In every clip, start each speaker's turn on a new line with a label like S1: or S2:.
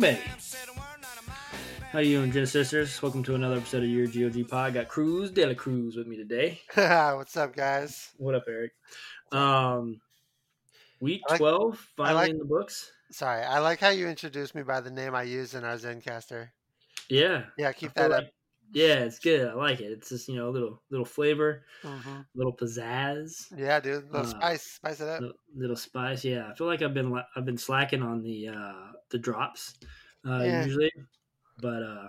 S1: Bay. How you doing, Gen Sisters? Welcome to another episode of your GOG Pod. Got Cruz De La Cruz with me today.
S2: What's up, guys?
S1: What up, Eric? Um, week
S2: I like-
S1: twelve finally
S2: like-
S1: in the books.
S2: Sorry, I like how you introduced me by the name I used in our Zencaster.
S1: Yeah,
S2: Yeah, keep
S1: I feel
S2: that up.
S1: like- yeah, it's good. I like it. It's just you know a little little flavor,
S2: hmm
S1: little pizzazz,
S2: Yeah, dude, little
S1: Uh,
S2: spice, spice it up.
S1: li- little spice. Yeah, I feel like I've been la- I've been slacking on the uh the drops uh,
S2: Yeah.
S1: usually, but uh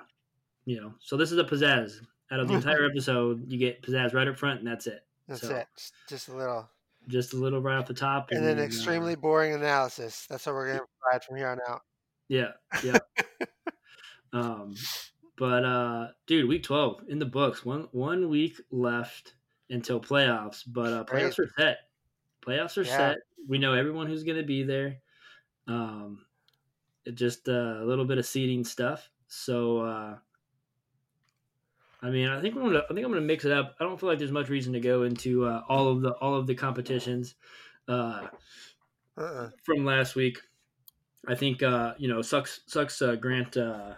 S1: you know, so this is a pizzazz out of the entire episode. You get pizzazz right up front, and that's it.
S2: That's
S1: so-
S2: it, just, just a little.
S1: Just a little right off the top,
S2: And then
S1: uh,
S2: extremely boring analysis. That's what we're gonna provide from here on out.
S1: Yeah, yeah. um, but uh, dude, week twelve in the books. One one week left until playoffs, but uh, playoffs are set. Playoffs are
S2: Yeah.
S1: set. We know everyone who's going to be there. Um, it just uh, a little bit of seeding stuff. So, uh, I mean, I think I'm gonna I think I'm gonna mix it up. I don't feel like there's much reason to go into uh, all of the all of the competitions. Uh,
S2: Uh-uh.
S1: from last week. I think uh, you know sucks sucks uh, Grant uh,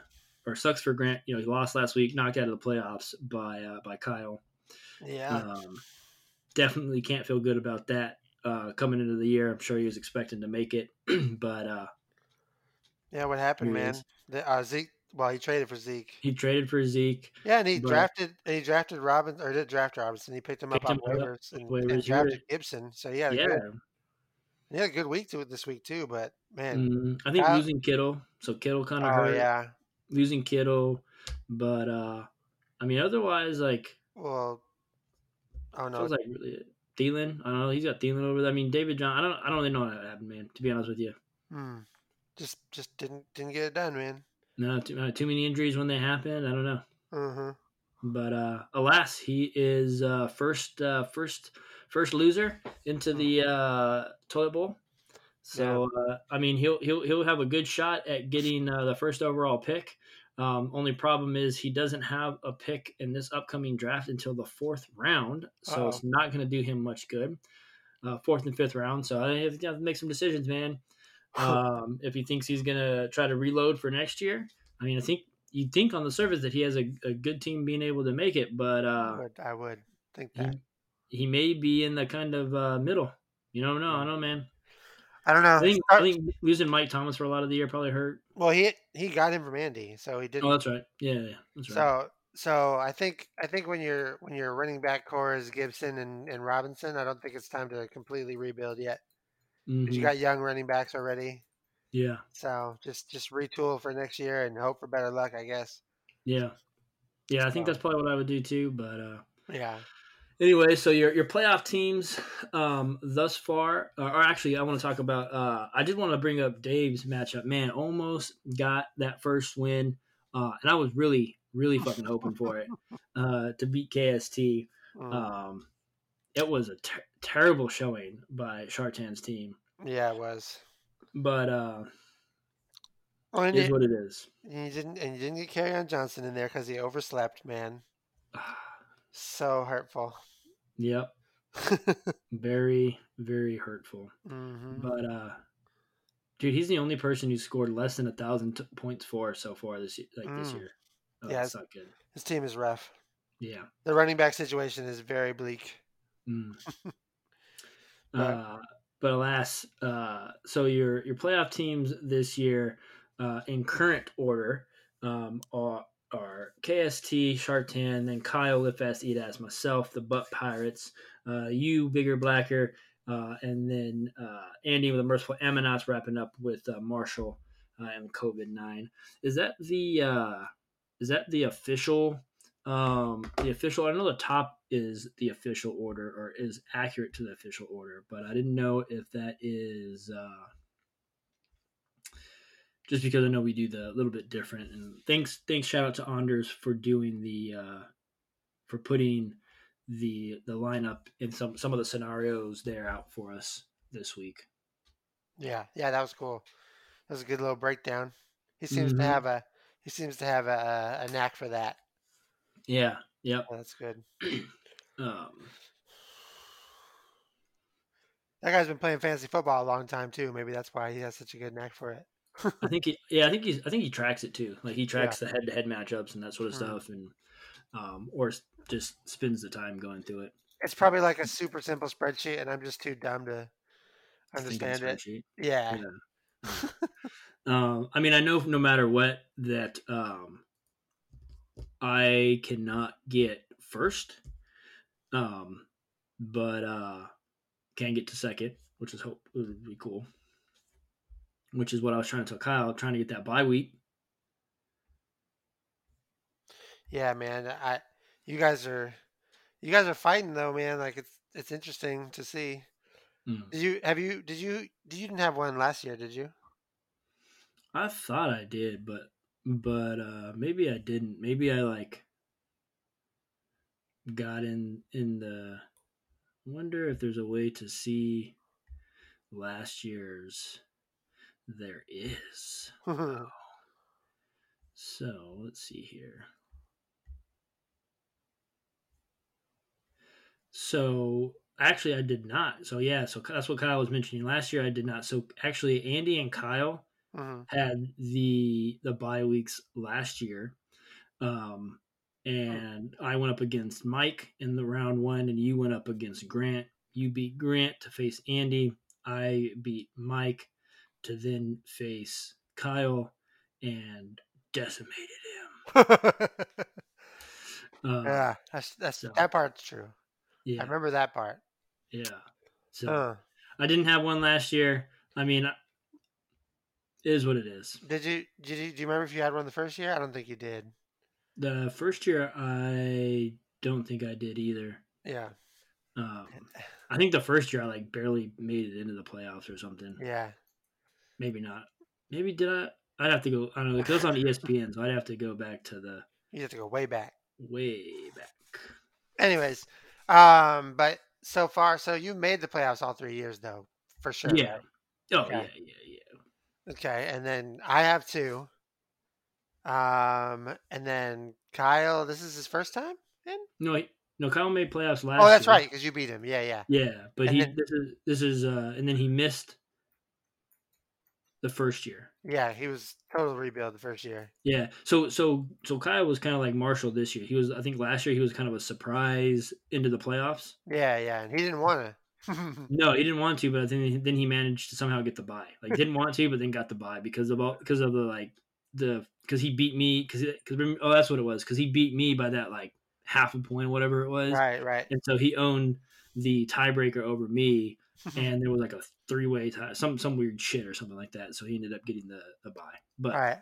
S1: or sucks for Grant. You know he lost last week, knocked out of the playoffs by uh, by Kyle.
S2: Yeah,
S1: Um, definitely can't feel good about that uh, coming into the year. I'm sure he was expecting to make it, but uh,
S2: yeah. What happened,
S1: here it
S2: man?
S1: is.
S2: The, uh, Zeke. Well, he traded for Zeke.
S1: he traded for Zeke.
S2: Yeah, and he
S1: But-
S2: drafted. And he drafted Robinson, or did draft Robinson. He picked him up
S1: Picked
S2: on
S1: him up
S2: waivers and,
S1: waivers.
S2: and
S1: He really-
S2: drafted Gibson. So yeah,
S1: Yeah,
S2: good. He had a good week to it this week too. But man,
S1: Mm, I think
S2: Kyle-
S1: losing Kittle. So Kittle kind of
S2: Uh, oh
S1: hurt.
S2: yeah.
S1: Losing Kittle, but uh, I mean otherwise like
S2: Well, I don't know.
S1: Feels like really it. Thielen. I don't know. He's got Thielen over there. I mean, David John. I don't. I don't really know how that happened, man. To be honest with you,
S2: Hmm. Just just didn't didn't get it done, man.
S1: no, too, uh, too many injuries when they happen. I don't know.
S2: Mm-hmm.
S1: But uh, alas, he is uh, first, uh, first, first loser into the uh, toilet bowl. So uh, I mean, he'll he'll he'll have a good shot at getting uh, the first overall pick. Um, only problem is he doesn't have a pick in this upcoming draft until the fourth round, so
S2: Uh-oh.
S1: it's not going to do him much good. Uh, fourth and fifth round, so I have to make some decisions, man. Um, if he thinks he's going to try to reload for next year, I mean, I think you'd think on the surface that he has a, a good team being able to make it, but
S2: I,
S1: uh,
S2: would, I would think
S1: he,
S2: that.
S1: he may be in the kind of uh, middle. You don't know, I don't know, man.
S2: I don't know.
S1: I think, I
S2: Uh, Start-
S1: think losing Mike Thomas for a lot of the year probably hurt.
S2: well, he he got him from Andy, so he
S1: Oh,
S2: didn't.
S1: that's right. Yeah, yeah, that's right.
S2: so so I think I think when you're when your running back core is Gibson and, and Robinson, I don't think it's time to completely rebuild yet. 'cause
S1: Mhm.
S2: You got young running backs already,
S1: yeah,
S2: so just just retool for next year and hope for better luck, I guess.
S1: yeah, yeah. I think
S2: So-
S1: that's probably what I would do too. But uh,
S2: Yeah.
S1: anyway, so your your playoff teams um, thus far, or or actually, I want to talk about. Uh, I did want to bring up Dave's matchup. Man, almost got that first win, uh, and I was really, really fucking hoping for it uh, to beat KST.
S2: Mm.
S1: Um, it was a ter- terrible showing by Shartan's team,
S2: yeah, it was.
S1: but uh,
S2: Oh, and,
S1: it is
S2: you,
S1: what it is.
S2: and you didn't and you didn't get Carry on Johnson in there because he overslept, man. So hurtful.
S1: Yep. very, very hurtful.
S2: Mm-hmm.
S1: But uh dude, he's the only person who scored less than a thousand t- points for so far this y- like this
S2: Mm.
S1: year. Oh,
S2: Yeah,
S1: that's not good.
S2: His team is rough.
S1: Yeah.
S2: The running back situation is very bleak.
S1: Mm.
S2: Right.
S1: uh, but alas, uh, so your your playoff teams this year, uh, in current order, um, are are KST, Shartan, then Kyle, Lifest, Edas, myself, the Butt Pirates, uh, you, Bigger Blacker, uh, and then uh, Andy with a Merciful Aminos wrapping up with uh, Marshall uh, and COVID nine. Is that the uh, is that the official um the official i know the top is the official order or is accurate to the official order but i didn't know if that is uh just because i know we do the a little bit different and thanks thanks shout out to anders for doing the uh for putting the the lineup in some some of the scenarios there out for us this week
S2: Yeah, yeah, that was cool. That was a good little breakdown. He seems
S1: Mhm.
S2: to have a he seems to have a, a knack for that.
S1: yeah yep
S2: Oh, that's good.
S1: um
S2: That guy's been playing fantasy football a long time too. Maybe that's why he has such a good knack for it.
S1: I think he, yeah, I think he's, I think he tracks it too. Like he tracks the head to head matchups and that sort of
S2: Mhm.
S1: stuff, and um, or s- just spends the time going through it.
S2: It's probably like a super simple spreadsheet, and I'm just too dumb to
S1: thinking
S2: understand it.
S1: spreadsheet.
S2: Yeah.
S1: Yeah. Um, I mean, I know no matter what that um, I cannot get first, um, but uh, can get to second, which is hope would be cool. Which is what I was trying to tell Kyle, trying to get that bye week.
S2: Yeah, man. I you guys are you guys are fighting though, man. Like it's it's interesting to see.
S1: Mm.
S2: Did you have you did you did you didn't have one last year, did you?
S1: I thought I did, but but uh, maybe I didn't. Maybe I like got in in the. I wonder if there's a way to see last year's. There is.
S2: Mm-hmm.
S1: So let's see here. So actually, I did not. So yeah, so that's what Kyle was mentioning last year. I did not. So actually, Andy and Kyle
S2: Mhm.
S1: had the the bye weeks last year, um, and I went up against Mike in the round one, and you went up against Grant. You beat Grant to face Andy. I beat Mike to then face Kyle, and decimated him. Um, yeah,
S2: yeah, that's that's
S1: Uh, so-
S2: that part's true. I uh.
S1: yeah,
S2: remember that part.
S1: So
S2: Huh.
S1: I didn't have one last year. I mean, I- it is what it is.
S2: Did you did you do you remember if you had one the first year? I don't think you did.
S1: The first year, I don't think I did either.
S2: Yeah.
S1: Um,
S2: uh,
S1: I think the first year I like barely made it into the playoffs or something.
S2: Yeah.
S1: Maybe not. Maybe did I? I'd have to go. I don't know because on E ESPN, so I'd have to go back to the
S2: You have to go way back.
S1: way back.
S2: Anyways, um but so far so you made the playoffs all 3 years though, for sure.
S1: yeah.
S2: right?
S1: Oh yeah,
S2: Yeah.
S1: yeah, yeah.
S2: Okay, and then I have two. Um, and then Kyle, this is his first time.
S1: No, he- no. Kyle made playoffs last.
S2: Oh, that's
S1: year.
S2: right, because you beat him. Yeah, yeah.
S1: Yeah, but
S2: And
S1: he
S2: then-
S1: this is this is uh and then he missed the first year.
S2: Yeah, he was total rebuild the first year.
S1: Yeah. So so so Kyle was kind of like Marshall this year. He was I think last year he was kind of a surprise into the playoffs.
S2: Yeah, yeah, and he didn't want to.
S1: No, he didn't want to, but then then he managed to somehow get the buy. Like didn't want to, but then got the buy because of all because of the like the because he beat me because because oh that's what it was because he beat me by that like half a point whatever it was,
S2: right, right.
S1: and so he owned the tiebreaker over me, and there was like a three way tie some some weird shit or something like that. So he ended up getting the the buy. But
S2: All right.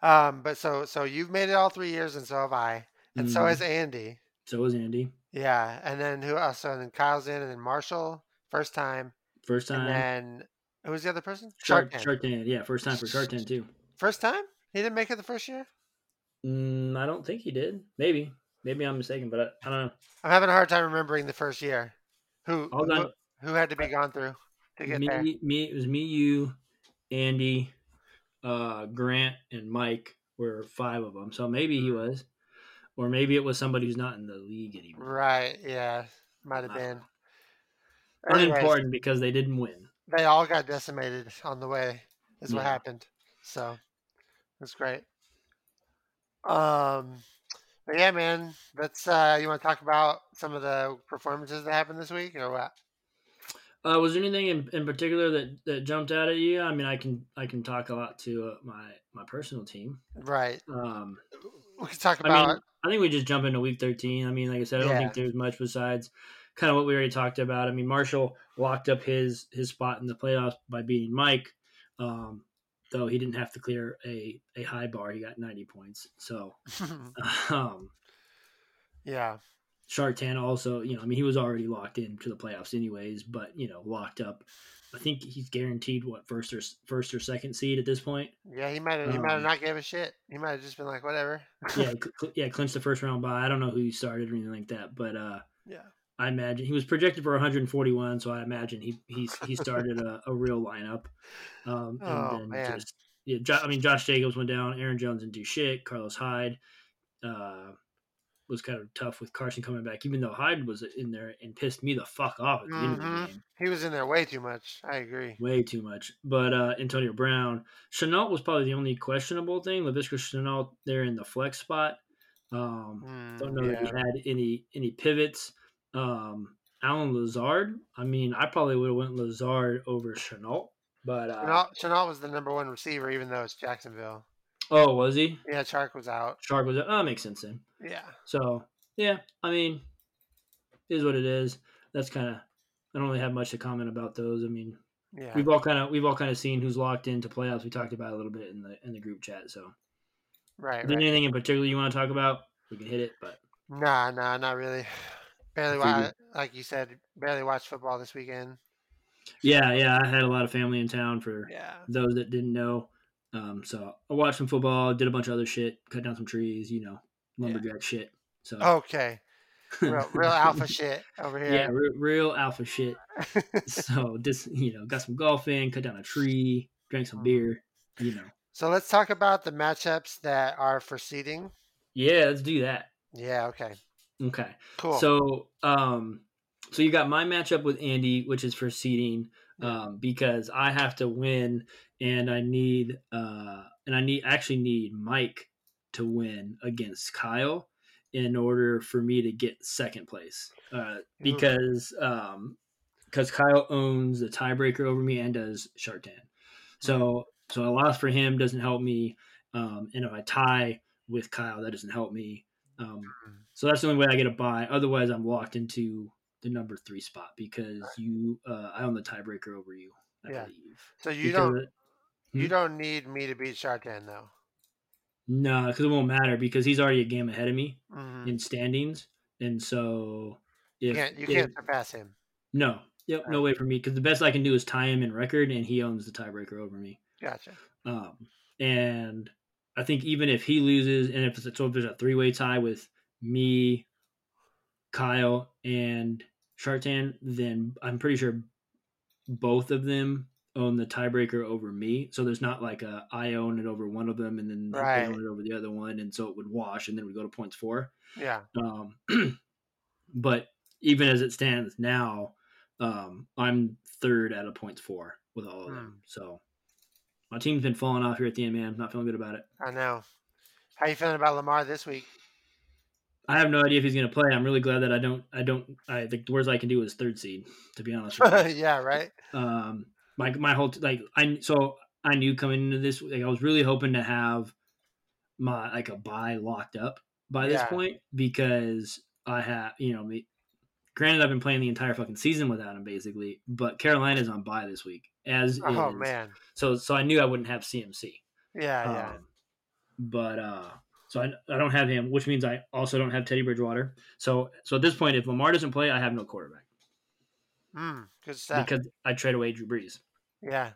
S2: Um, but so so you've made it all three years, and so have I, and so
S1: mhm,
S2: has Andy.
S1: so was Andy
S2: Yeah, and then who else? So then Kyle's in, and then Marshall first time,
S1: first
S2: and
S1: time.
S2: then who was the other person?
S1: Shark
S2: Tank.
S1: Shark Tank, yeah, first time for Shark Tank too.
S2: First time? He didn't make it the first year.
S1: Mm, I don't think he did. Maybe, maybe I'm mistaken, but I, I don't know.
S2: I'm having a hard time remembering the first year. Who
S1: All
S2: who,
S1: done.
S2: who had to be gone through to get
S1: me,
S2: there?
S1: me, it was me, you, Andy, uh, Grant, and Mike were five of them. So maybe he
S2: Mm-hmm.
S1: was, or maybe it was somebody who's not in the league anymore.
S2: Right, yeah. Might have
S1: Wow.
S2: been. Anyways,
S1: Unimportant because they didn't win.
S2: they all got decimated on the way is what
S1: Yeah.
S2: happened. So that's great. Um but yeah, man. That's uh you wanna talk about some of the performances that happened this week or what?
S1: Uh, was there anything in, in particular that, that jumped out at you? I mean, I can I can talk a lot to uh, my my personal team.
S2: Right.
S1: Um,
S2: We could talk
S1: I
S2: about
S1: mean, I think we just jump into week 13. I mean, like I said, I don't
S2: Yeah.
S1: think there's much besides kind of what we already talked about. I mean, Marshall locked up his his spot in the playoffs by beating Mike, um, though he didn't have to clear a, a high bar. He got 90 points. So, um,
S2: Yeah.
S1: Shartan also, you know, I mean, he was already locked into the playoffs anyways, but, you know, locked up. I think he's guaranteed what first or first or second seed at this point.
S2: Yeah, he might have he might have
S1: Um,
S2: not gave a shit. He might have just been like, whatever.
S1: Yeah, cl- yeah, clinched the first round by. I don't know who he started or anything like that, but uh
S2: Yeah.
S1: I imagine he was projected for 141, so I imagine he he's, he started a, a real lineup. Um, and
S2: Oh,
S1: then
S2: man.
S1: just yeah, jo- I mean Josh Jacobs went down, Aaron Jones and do shit, Carlos Hyde, uh, was kind of tough with Carson coming back, even though Hyde was in there and pissed me the fuck off at the end of the
S2: Mhm.
S1: game.
S2: He was in there way too much. I agree.
S1: Way too much. But uh, Antonio Brown, Chenault was probably the only questionable thing. Lavisca Chenault there in the flex spot. Um,
S2: Mm,
S1: Don't know that he
S2: yeah.
S1: had any any pivots. Um, Alan Lazard. I mean, I probably would have went Lazard over Chenault, but uh,
S2: Chenault, Chenault was the number one receiver, even though it's Jacksonville.
S1: oh, was he?
S2: Yeah, Chark was out.
S1: Shark was. Oh, makes sense then.
S2: Yeah.
S1: So yeah, I mean, it is what it is. That's kind of. I don't really have much to comment about those. I mean,
S2: Yeah.
S1: we've all kind of we've all kind of seen who's locked into playoffs. We talked about it a little bit in the in the group chat. So,
S2: right.
S1: is there
S2: right.
S1: anything in particular you want to talk about? We can hit it, but
S2: Nah, nah, not really. Barely
S1: I
S2: watch, like you said, barely watched football this weekend.
S1: yeah, yeah, I had a lot of family in town for
S2: Yeah.
S1: those that didn't know. Um, so I watched some football, did a bunch of other shit, cut down some trees, you know, lumberjack shit. So
S2: Oh, Okay. Real, real alpha shit over
S1: yeah,
S2: here.
S1: re- real alpha shit. so just you know, got some golfing, cut down a tree, drank some
S2: Mhm.
S1: beer, you know.
S2: So let's talk about the matchups that are for seeding.
S1: Yeah, let's do that.
S2: Yeah. Okay.
S1: Okay.
S2: Cool.
S1: So um so you got my matchup with Andy, which is for seeding,
S2: Yeah.
S1: um, because I have to win and I need uh and I need actually need Mike to win against Kyle in order for me to get second place. Uh because um because Kyle owns the tiebreaker over me and does Shark Tan.
S2: Mm-hmm.
S1: So so a loss for him doesn't help me. Um and if I tie with Kyle, that doesn't help me. Um
S2: Mm-hmm.
S1: so that's the only way I get a buy. Otherwise, I'm locked into the number three spot because you, uh, I own the tiebreaker over you. I
S2: Yeah.
S1: believe.
S2: so you
S1: Because-
S2: don't you
S1: Hmm?
S2: don't need me to beat Shartan though.
S1: No, because it won't matter because he's already a game ahead of me
S2: Mhm.
S1: in standings, and so
S2: You
S1: if,
S2: can't you
S1: if-
S2: can't surpass him.
S1: no, yep, no way for me because the best I can do is tie him in record, and he owns the tiebreaker over me.
S2: Gotcha.
S1: Um, and I think even if he loses, and if it's a, so if there's a three way tie with me, Kyle, and Shartan, then I'm pretty sure both of them own the tiebreaker over me. So there's not like a I own it over one of them and then
S2: Right.
S1: they own it over the other one, and so it would wash, and then we go to points four.
S2: Yeah.
S1: Um, but even as it stands now, um, I'm third out of points four with all of them. So my team's been falling off here at the end, man. I'm not feeling good about it.
S2: I know. How you feeling about Lamar this week?
S1: I have no idea if he's going to play. I'm really glad that I don't. I don't. I the worst I can do is third seed, to be honest with you.
S2: yeah, right.
S1: um my my whole like I so I knew coming into this like I was really hoping to have my like a buy locked up by this
S2: Yeah.
S1: point because I have you know me granted I've been playing the entire fucking season without him basically but Carolina's on buy this week as
S2: Oh
S1: is.
S2: man.
S1: so so I knew I wouldn't have CMC
S2: Yeah, yeah.
S1: um, but uh, so I, I don't have him which means I also don't have Teddy Bridgewater so so at this point if Lamar doesn't play I have no quarterback
S2: Mm, good stuff.
S1: Uh, because I trade away Drew Brees
S2: yeah.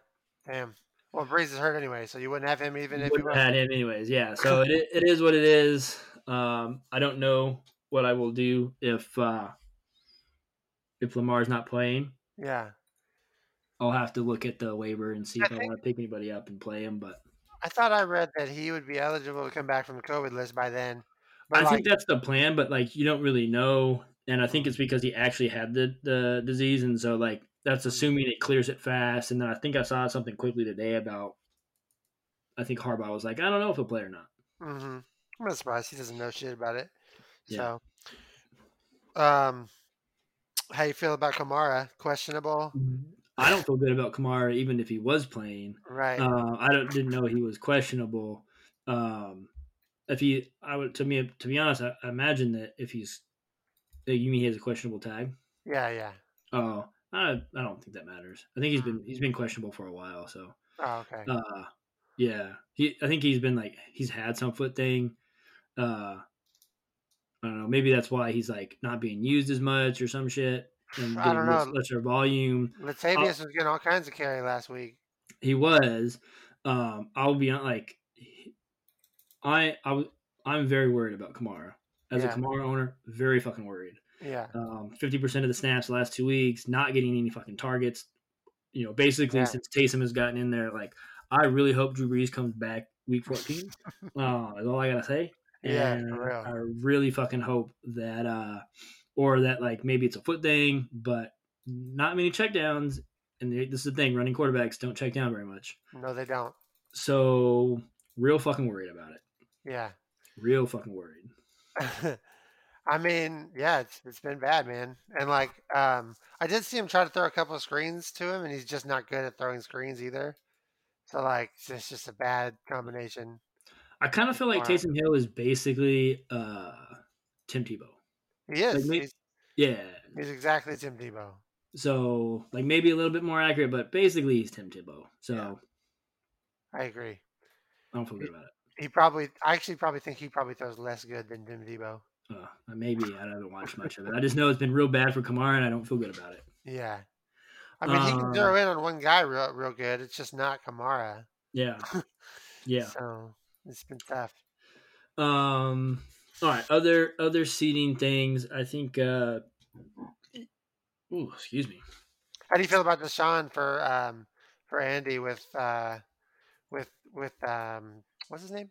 S2: Damn. Well, Breeze is hurt anyway, so you wouldn't have him even if you
S1: wouldn't
S2: were.
S1: have had him anyways. Yeah. So it, i- it is what it is. Um, I don't know what I will do if uh, if Lamar's not playing.
S2: Yeah.
S1: I'll have to look at the waiver and see
S2: I
S1: if I
S2: think-
S1: want to pick anybody up and play him. But
S2: I thought I read that he would be eligible to come back from the COVID list by then. But
S1: I
S2: like,
S1: think that's the plan. But like, you don't really know, and I think it's because he actually had the the disease, and so like that's assuming it clears it fast. And then I think I saw something quickly today about. I think Harbaugh was like, I don't know if he'll play or not.
S2: hmm I'm not surprised he doesn't know shit about it.
S1: Yeah.
S2: So, um, how you feel about Kamara? Questionable,
S1: I don't feel good about Kamara, even if he was playing.
S2: right?
S1: Uh, I don't, didn't know he was questionable. Um, if he, I would to me to be honest, I, I imagine that if he's, that you mean he has a questionable tag?
S2: yeah, yeah.
S1: Oh, I, I don't think that matters. I think he's been he's been questionable for a while. So,
S2: Oh, okay.
S1: uh, yeah, he I think he's been like he's had some foot thing. Uh, I don't know. Maybe that's why he's like not being used as much or some shit. And
S2: I
S1: getting
S2: don't
S1: less-
S2: know.
S1: lesser volume.
S2: Latavius was getting all kinds of carry last week.
S1: he was um i'll be on like i i was i'm very worried about kamara as
S2: Yeah.
S1: a kamara owner very fucking worried
S2: Yeah,
S1: um 50% of the snaps the last two weeks not getting any fucking targets you know basically
S2: Yeah.
S1: since Taysom has gotten in there like i really hope drew brees comes back week 14 uh, is all i gotta say
S2: Yeah,
S1: And
S2: for real.
S1: I really fucking hope that, uh, or that like maybe it's a foot thing, but not many checkdowns. And they- this is the thing: running quarterbacks don't check down very much.
S2: No, they don't.
S1: So real fucking worried about it.
S2: Yeah.
S1: Real fucking worried.
S2: I mean, yeah, it's it's been bad, man. And like, um, I did see him try to throw a couple of screens to him, and he's just not good at throwing screens either. So like, it's just- just a bad combination.
S1: I kind of feel like
S2: Wow.
S1: Taysom Hill is basically uh, Tim Tebow.
S2: He is.
S1: may-
S2: he's,
S1: Yeah.
S2: he's exactly Tim Tebow.
S1: So like maybe a little bit more accurate, but basically he's Tim Tebow. So
S2: Yeah. I agree.
S1: I don't feel good about it.
S2: He probably, I actually probably think he probably throws less good than Tim Tebow.
S1: Uh, maybe I haven't watched much of it. I just know it's been real bad for Kamara, and I don't feel good about it.
S2: Yeah. I mean, he can
S1: Uh,
S2: throw in on one guy real, real good. It's just not Kamara.
S1: Yeah. Yeah.
S2: So it's been tough.
S1: Um. All right. Other other seating things. I think. uh Ooh, excuse me.
S2: How do you feel about Deshaun for um for Andy with uh with with um what's his name?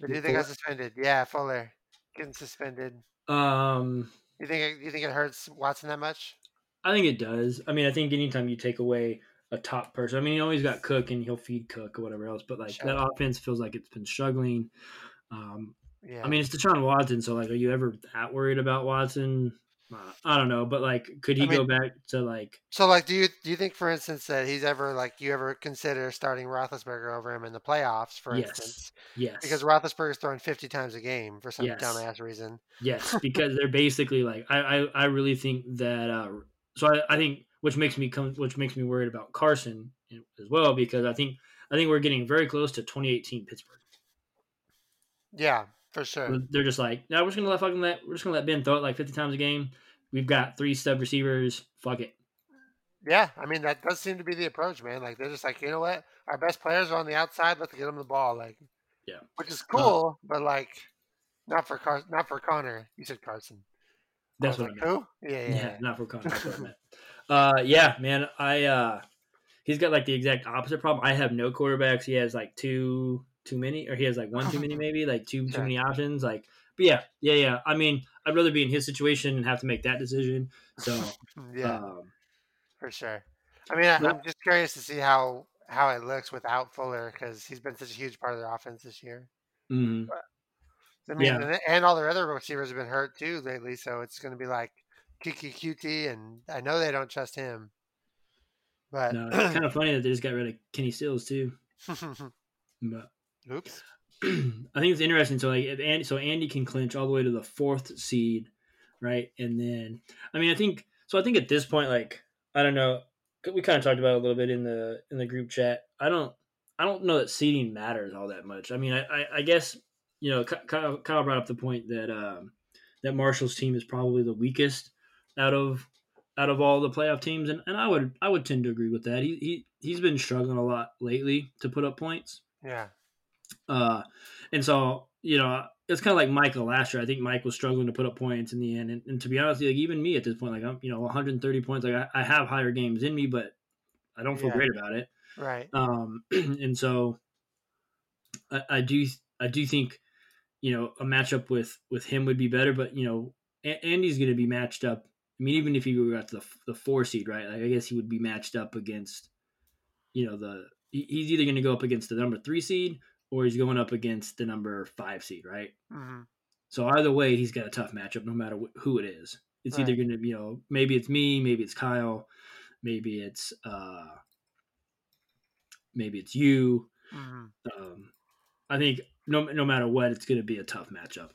S2: The dude that
S1: Fuller?
S2: got suspended. Yeah, Fuller getting suspended.
S1: Um.
S2: You think it, you think it hurts Watson that much?
S1: I think it does. I mean, I think anytime you take away a top person, I mean, you always got Cook and he'll feed Cook or whatever else, but like
S2: Sure.
S1: that offense feels like it's been struggling. Um,
S2: Yeah.
S1: I mean, it's Deshaun Watson, so like, are you ever that worried about Watson? Uh, I don't know, but like, could he
S2: I mean-
S1: go back to like?
S2: so like, do you do you think, for instance, that he's ever like you ever consider starting Roethlisberger over him in the playoffs, for
S1: Yes.
S2: instance,
S1: Yes,
S2: because Roethlisberger's throwing fifty times a game for some
S1: Yes.
S2: dumbass reason.
S1: Yes, because they're basically like I I, I really think that uh so I, I think which makes me come which makes me worried about Carson eh, as well because I think I think we're getting very close to 2018 Pittsburgh.
S2: Yeah, for sure.
S1: They're just like, no, we're just gonna let fucking let we're just gonna let Ben throw it like 50 times a game. We've got three sub receivers. Fuck it.
S2: Yeah, I mean that does seem to be the approach, man. Like they're just like, you know what, our best players are on the outside. Let's get them the ball, like.
S1: Yeah.
S2: Which is
S1: Uh,
S2: cool, but like, not for Car- not for Connor. You said Carson. I
S1: That's
S2: was
S1: what I
S2: like,
S1: meant.
S2: who? Yeah,
S1: Yeah,
S2: yeah. yeah.
S1: not for Connor. That's what I meant. Uh, yeah, man. I uh, he's got like the exact opposite problem. I have no quarterbacks. He has like two too many, or he has like one too many, maybe like two too
S2: Sure.
S1: many options. Like, but yeah, yeah, yeah. I mean, I'd rather be in his situation and have to make that decision. So,
S2: Mm, Yeah,
S1: um,
S2: for sure. I mean, I,
S1: Well-
S2: I'm just curious to see how how it looks without Fuller because he's been such a huge part of their offense this year.
S1: mhm.
S2: I mean,
S1: Yeah.
S2: and, and all their other receivers have been hurt too lately, so it's going to be like Kiki QT, and I know they don't trust him, but
S1: no, it's kind of funny that they just got rid of Kenny Stills too. But
S2: oops,
S1: I think it's interesting. So like, if Andy, so Andy can clinch all the way to the fourth seed, right? And then, I mean, I think so. I think at this point, like, I don't know. We kind of talked about it a little bit in the in the group chat. I don't, I don't know that seeding matters all that much. I mean, I, I, I guess you know, Ky- Kyle, Kyle brought up the point that um, that Marshall's team is probably the weakest out of out of all the playoff teams, and, and I would I would tend to agree with that. He he he's been struggling a lot lately to put up points.
S2: yeah,
S1: Uh, and so, you know, it's kind of like Michael last year. I think Mike was struggling to put up points in the end. And, and to be honest, like even me at this point, like I'm, you know, 130 points. Like I, I have higher games in me, but I don't feel
S2: Yeah.
S1: great about it.
S2: right,
S1: Um, and so, I, I do, I do think, you know, a matchup with with him would be better. But you know, a- Andy's going to be matched up. I mean, even if he got to the f- the four seed, right? Like I guess he would be matched up against, you know, the he- he's either going to go up against the number three seed or he's going up against the number five seed, right?
S2: hmm
S1: So either way, he's got a tough matchup, no matter wh- who it is. It's either
S2: Right.
S1: going to, you know, maybe it's me, maybe it's Kyle, maybe it's uh, maybe it's you.
S2: hmm
S1: Um, I think no, no matter what, it's going to be a tough matchup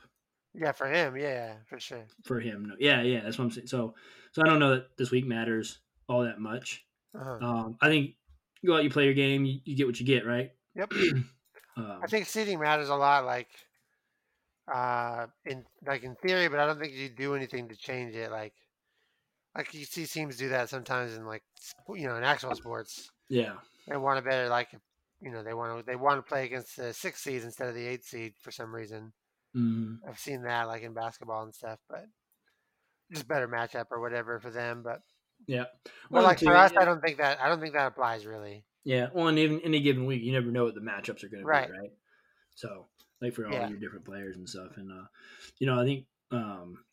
S2: yeah, for him, yeah, for sure.
S1: for him. No- Yeah, yeah, that's what I'm saying. So, so I don't know that this week matters all that much.
S2: uh
S1: Um, I think you go out, you play your game, you, you get what you get, right?
S2: Yep.
S1: Um,
S2: I think seating matters a lot, like uh in like in theory, but I don't think you do anything to change it. Like like you see teams do that sometimes in like sp- you know in actual sports,
S1: yeah,
S2: they want a better like you know they want to they want to play against the six seed instead of the eight seed for some reason.
S1: Mhm.
S2: I've seen that like in basketball and stuff, but just better matchup or whatever for them. But
S1: yeah.
S2: but
S1: Well,
S2: like
S1: too,
S2: for us,
S1: yeah.
S2: I don't think that I don't think that applies really.
S1: Yeah, well, in even any given week, you never know what the matchups are going to
S2: Right.
S1: be, right? So like for all
S2: Yeah.
S1: your different players and stuff. And uh, you know, I think um,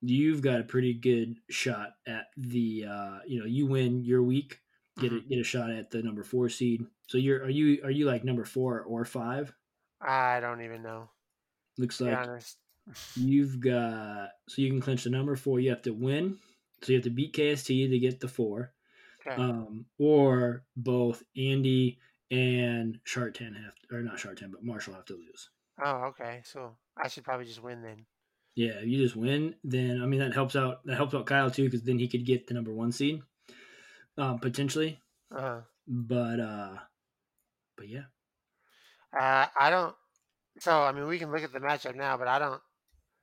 S1: you've got a pretty good shot at the uh, you know you win your week, get
S2: Mm-hmm.
S1: a, get a shot at the number four seed. So you're are you are you like number four or five?
S2: I don't even know.
S1: Looks
S2: To be
S1: like
S2: honest.
S1: you've got so you can clinch the number four. You have to win, so you have to beat KST to get the four,
S2: Okay.
S1: um, or both Andy and Shark Ten have or not Shark Ten, but Marshall have to lose.
S2: oh, okay. So I should probably just win then.
S1: Yeah, if you just win, then I mean that helps out. That helps out Kyle too, because then he could get the number one seed, um, potentially.
S2: Uh-huh.
S1: But uh, but yeah,
S2: Uh, I don't. So I mean, we can look at the matchup now, but I don't.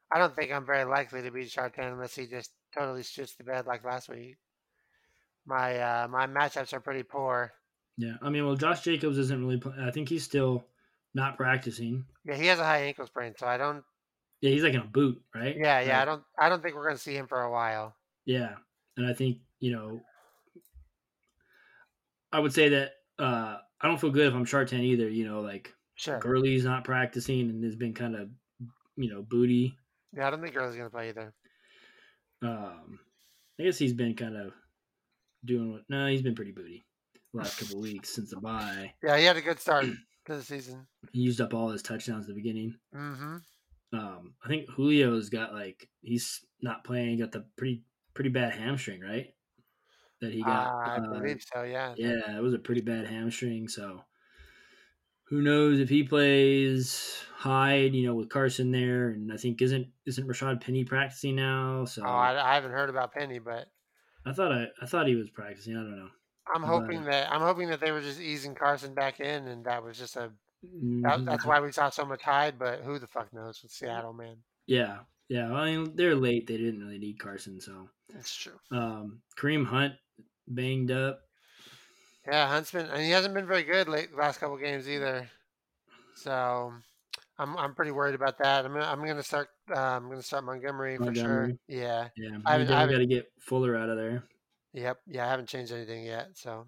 S2: I don't think I'm very likely to beat Chartan unless he just totally shits the bed like last week. My uh, my matchups are pretty poor.
S1: yeah. I mean, well, Josh Jacobs isn't really. Play- I think he's still not practicing.
S2: Yeah, he has a high ankle sprain, so I don't.
S1: Yeah, he's like in a boot, right?
S2: Yeah,
S1: Like-
S2: yeah, I don't. I don't think we're gonna see him for a while.
S1: Yeah. And I think, you know, I would say that uh I don't feel good if I'm Shark 10 either, you know, like
S2: Sure.
S1: Gurley's not practicing and has been kind of, you know, booty.
S2: Yeah, I don't think Gurley's gonna play either.
S1: Um I guess he's been kind of doing what no, he's been pretty booty the last couple weeks since the bye.
S2: Yeah, he had a good start to the season.
S1: He used up all his touchdowns at the beginning.
S2: Mm-hmm.
S1: Um I think Julio's got like he's not playing, got the pretty pretty bad hamstring, right? That he got
S2: I
S1: uh,
S2: believe so. Yeah.
S1: Yeah, it was a pretty bad hamstring. So who knows if he plays Hyde, you know, with Carson there, and I think isn't isn't Rashad Penny practicing now? So
S2: Oh,
S1: I,
S2: I, I haven't heard about Penny, but
S1: thought I, I thought he was practicing. I don't know.
S2: I'm
S1: But-
S2: hoping that I'm hoping that they were just easing Carson back in, and that was just a That,
S1: Mhm.
S2: that's why we saw so much Hyde, but who the fuck knows with Seattle, man?
S1: Yeah, yeah. I mean, they're late. They didn't really need Carson. So
S2: It's true.
S1: um, Kareem Hunt banged up.
S2: Yeah, Huntsman, and he hasn't been very good late last couple games either. So I'm I'm pretty worried about that. I'm gonna, I'm gonna start uh, I'm gonna start Montgomery,
S1: Montgomery.
S2: for sure. Yeah.
S1: Yeah,
S2: I
S1: I
S2: haven't- I haven't-
S1: got to get Fuller out of there.
S2: Yep. Yeah, I haven't changed anything yet. So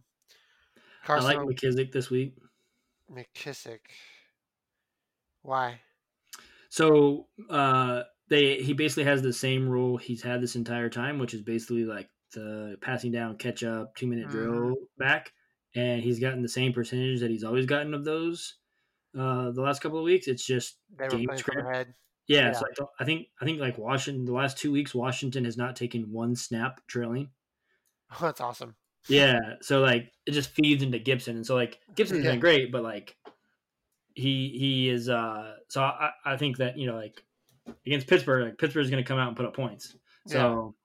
S1: I
S2: Carson
S1: like McKissick this week.
S2: McKissick. Why?
S1: So uh, they he basically has the same rule he's had this entire time, which is basically like the passing down, catch up, two minute
S2: Mhm.
S1: drill back, and he's gotten the same percentage that he's always gotten of those uh, the last couple of weeks. It's just
S2: They were
S1: Game
S2: playing from
S1: script.
S2: ahead.
S1: yeah, It's
S2: Yeah.
S1: like I think I think like Washington the last two weeks Washington has not taken one snap trailing.
S2: that's awesome.
S1: Yeah, so like it just feeds into Gibson, and so like Gibson's
S2: Yeah.
S1: been great, but like he he is. uh So I I think that you know like against Pittsburgh, like Pittsburgh's going to come out and put up points. So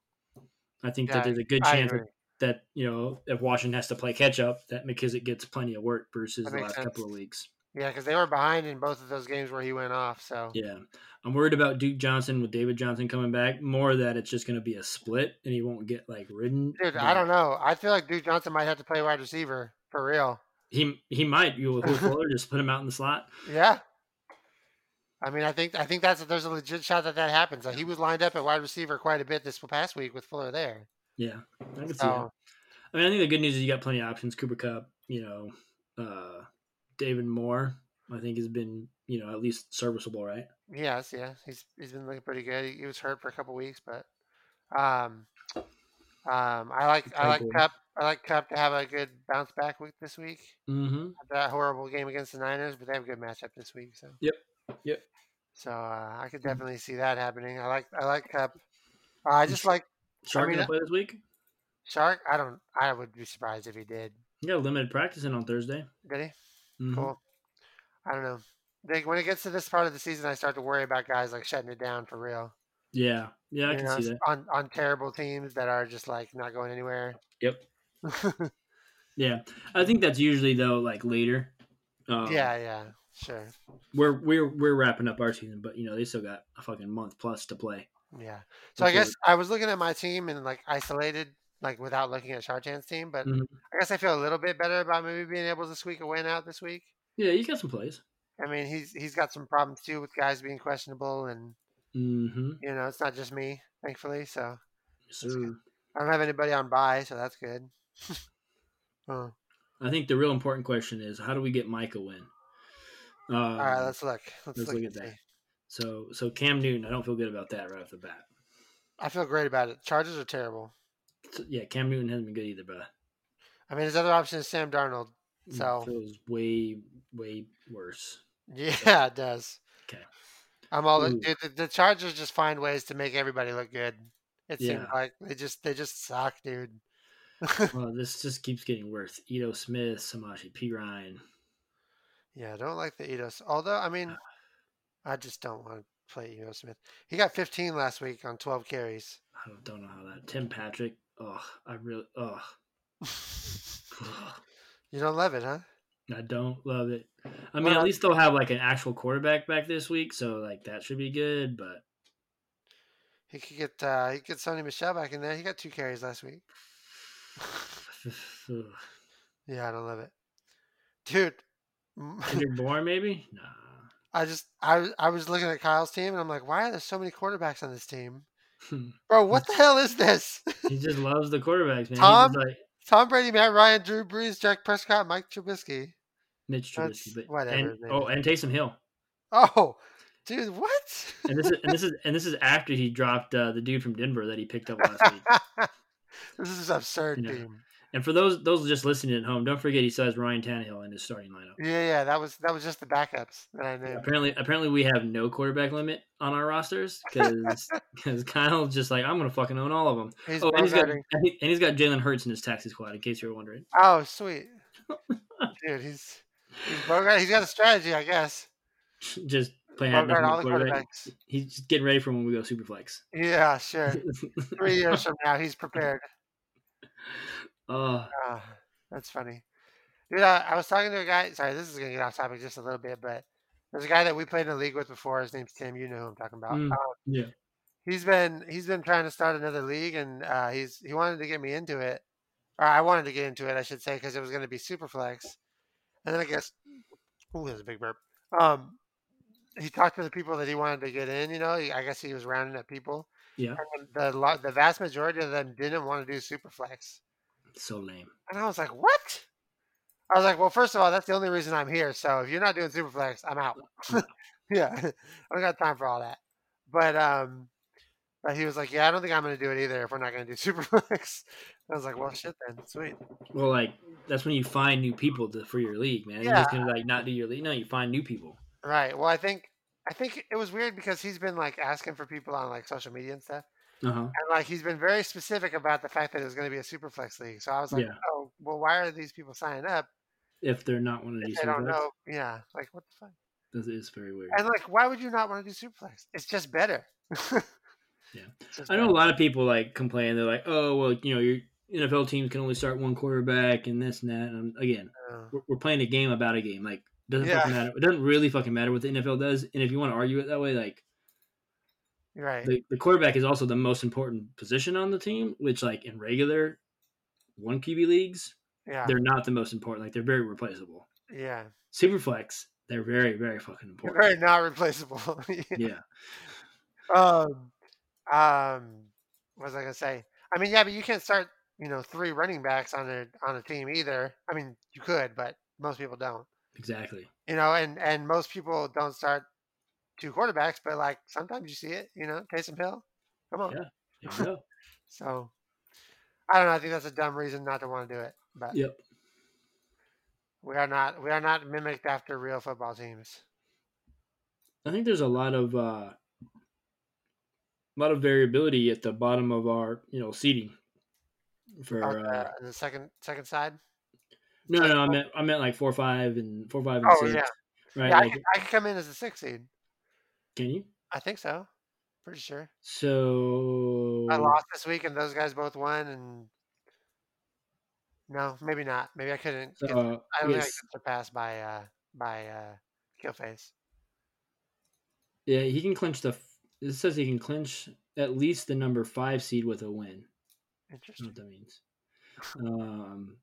S1: I think
S2: Yeah,
S1: that there's a good
S2: yeah, I
S1: chance
S2: agree.
S1: that you know if Washington has to play catch up, that McKissick gets plenty of work versus
S2: That
S1: the
S2: makes
S1: last
S2: sense.
S1: couple of weeks.
S2: Yeah, because they were behind in both of those games where he went off. So
S1: Yeah, I'm worried about Duke Johnson with David Johnson coming back. More that it's just going to be a split, and he won't get like ridden.
S2: Dude,
S1: but
S2: I don't know. I feel like Duke Johnson might have to play wide receiver for real.
S1: He he might you with Fuller just put him out in the slot.
S2: Yeah. I mean, I think I think that's there's a legit shot that that happens. Like, he was lined up at wide receiver quite a bit this past week with Fuller there.
S1: Yeah, I can see that.
S2: So
S1: I mean, I think the good news is you got plenty of options. Cooper Cup, you know, uh, David Moore, I think has been, you know, at least serviceable, right?
S2: yes, yeah, he's he's been looking pretty good. He, he was hurt for a couple weeks, but um, um, I like I like
S1: Typo.
S2: Cup. I like Cup to have a good bounce back week this week.
S1: Mm-hmm.
S2: That horrible game against the Niners, but they have a good matchup this week. So
S1: Yep. Yep.
S2: So uh, I could definitely see that happening. I like I like Cup. Uh, I just like.
S1: Shark
S2: mean,
S1: gonna
S2: I-
S1: play this week.
S2: Shark? I don't. I would be surprised if he did.
S1: He got limited practicing on Thursday.
S2: Did he?
S1: Mhm.
S2: Cool. I don't know. Like when it gets to this part of the season, I start to worry about guys like shutting it down for real.
S1: Yeah, yeah, I
S2: You
S1: can
S2: know,
S1: see that.
S2: on on terrible teams that are just like not going anywhere.
S1: Yep. Yeah, I think that's usually though, like later. Um,
S2: yeah, yeah, sure,
S1: we're we're we're wrapping up our season, but you know they still got a fucking month plus to play.
S2: yeah. So I
S1: Before-
S2: guess I was looking at my team and like isolated, like without looking at Shartan's team, but
S1: Mhm.
S2: I guess I feel a little bit better about maybe being able to squeak a win out this week.
S1: Yeah, you got some plays.
S2: I mean, he's he's got some problems too with guys being questionable, and
S1: Mm-hmm.
S2: you know, it's not just me, thankfully. So
S1: So
S2: I don't have anybody on buy, so that's good. oh,
S1: I think the real important question is how do we get Mike a win? Um,
S2: All right, let's look. Let's,
S1: let's look at
S2: see.
S1: that. so so Cam Newton, I don't feel good about that right off the bat.
S2: I feel great about it. Chargers are terrible.
S1: So, yeah, Cam Newton hasn't been good either, but
S2: I mean, his other option is Sam Darnold.
S1: it
S2: So
S1: feels way way worse.
S2: yeah, it does.
S1: Okay.
S2: I'm all
S1: Ooh.
S2: dude, the, the Chargers just find ways to make everybody look good. It seems
S1: Yeah.
S2: like they just they just suck, dude.
S1: well, this just keeps getting worse. Ito Smith, Samaji P Ryan.
S2: Yeah, I don't like the Edo. Although, I mean,
S1: Ah.
S2: I just don't want to play Edo Smith. He got 15 last week on 12 carries.
S1: I don't- don't know how that. Tim Patrick. Oh, I really. Oh,
S2: you don't love it, huh?
S1: I don't love it. I mean,
S2: Well,
S1: at least they'll have like an actual quarterback back this week, so like that should be good. But
S2: He could get uh, he could get Sonny Michelle back in there. He got two carries last week.
S1: Kendrick
S2: Yeah, I don't love it, dude. m-
S1: Bourne, maybe. Nah.
S2: I just I was- I was looking at Kyle's team and I'm like, why are there so many quarterbacks on this team,
S1: Hmm.
S2: bro? What the hell is this?
S1: he just loves the quarterbacks, man. He's just
S2: Tom?
S1: like
S2: Tom Brady, Matt Ryan, Drew Brees, Jack Prescott, Mike Trubisky.
S1: Mitch
S2: That's
S1: Trubisky, but
S2: whatever
S1: and,
S2: his name
S1: oh, and Taysom Hill.
S2: Oh, dude, what?
S1: And this is and this is and this is after he dropped uh, the dude from Denver that he picked up last week.
S2: this is absurd
S1: Yeah.
S2: team.
S1: And for those those just listening at home, don't forget he still has Ryan Tannehill in his starting lineup.
S2: Yeah, yeah, that was that was just the backups that I named.
S1: Apparently, apparently we have no quarterback limit on our rosters because because Kyle's just like I'm gonna fucking own all of them.
S2: He's
S1: Oh, and he's got
S2: boneheading.
S1: and he- and he's got Jalen Hurts in his taxi squad. In case you were wondering,
S2: Oh, sweet, dude, he's he's bogart. He's got a strategy, I guess.
S1: just playing nothing
S2: Bogart
S1: but
S2: all the
S1: quarterback.
S2: quarterbacks.
S1: He's just getting ready for when we go superflex.
S2: Yeah, sure. Three years from now, he's prepared.
S1: oh,
S2: Uh, that's funny. Dude, I, I was talking to a guy. Sorry, this is gonna get off topic just a little bit, but there's a guy that we played in the league with before. His name's Tim. You know who I'm talking about.
S1: Mm.
S2: Um,
S1: yeah.
S2: he's been he's been trying to start another league, and uh, he's he wanted to get me into it, or I wanted to get into it, I should say, because it was gonna be Superflex. And then I guess, ooh, that's a big burp. Um, he talked to the people that he wanted to get in. You know, he, I guess he was rounding up people.
S1: Yeah.
S2: And the lo- the vast majority of them didn't want to do Superflex.
S1: So lame.
S2: And I was like, what? I was like, well, first of all, that's the only reason I'm here. So if you're not doing Superflex, I'm out.
S1: Mm.
S2: yeah, I don't got time for all that. But um, but he was like, yeah, I don't think I'm gonna do it either if we're not gonna do Superflex. I was like, well, shit then, sweet.
S1: Well, like that's when you find new people to, for your league, man. You're just gonna like not do your league. No, you find new people.
S2: Right. Well, I think I think it was weird because he's been like asking for people on like social media and stuff,
S1: Uh huh.
S2: and like he's been very specific about the fact that it was gonna be a Superflex league. So I was like,
S1: Yeah.
S2: oh, well, why are these people signing up?
S1: If they're not one of
S2: If
S1: these,
S2: they don't
S1: superflex,
S2: know. Yeah. Like, what the fuck?
S1: this is very weird.
S2: And like, why would you not want to do superflex? It's just better.
S1: Yeah.
S2: It's just
S1: I know a
S2: better.
S1: lot of people like complain. They're like, "Oh, well, you know, your NFL teams can only start one quarterback and this and that." And I'm- again,
S2: Uh,
S1: we're, we're playing a game about a game. Like, doesn't
S2: Yeah.
S1: fucking matter. It doesn't really fucking matter what the NFL does. And if you want to argue it that way, like
S2: You're right.
S1: the, the quarterback is also the most important position on the team. Which, like in regular one QB leagues,
S2: Yeah.
S1: they're not the most important. Like they're very replaceable.
S2: Yeah.
S1: Superflex, they're very very fucking
S2: You're
S1: important.
S2: very not replaceable.
S1: Yeah,
S2: um, um, what was I gonna say? I mean, yeah, but you can't start, you know, three running backs on a on a team either. I mean, you could, but most people don't.
S1: exactly.
S2: You know, and and most people don't start two quarterbacks, but like sometimes you see it. You know, Taysom Hill. Come on.
S1: Yeah. There you go.
S2: So I don't know. I think that's a dumb reason not to want to do it, but.
S1: yep.
S2: We are not we are not mimicked after real football teams.
S1: I think there's a lot of uh, lot of variability at the bottom of our you know seating. For
S2: On the,
S1: uh,
S2: on the second second side.
S1: no, no, I meant I meant like four five and four five and
S2: Oh
S1: six.
S2: yeah.
S1: Right?
S2: yeah I,
S1: like,
S2: could, I could come in as a six seed.
S1: can you?
S2: I think so. Pretty sure.
S1: So
S2: I lost this week and those guys both won and no, maybe not. Maybe I couldn't
S1: So,
S2: get,
S1: uh,
S2: I don't think I
S1: yes,
S2: could surpass by uh by uh Killface.
S1: yeah, he can clinch the. f- It says he can clinch at least the number five seed with a win. I don't know
S2: Interesting.
S1: what that means. Um,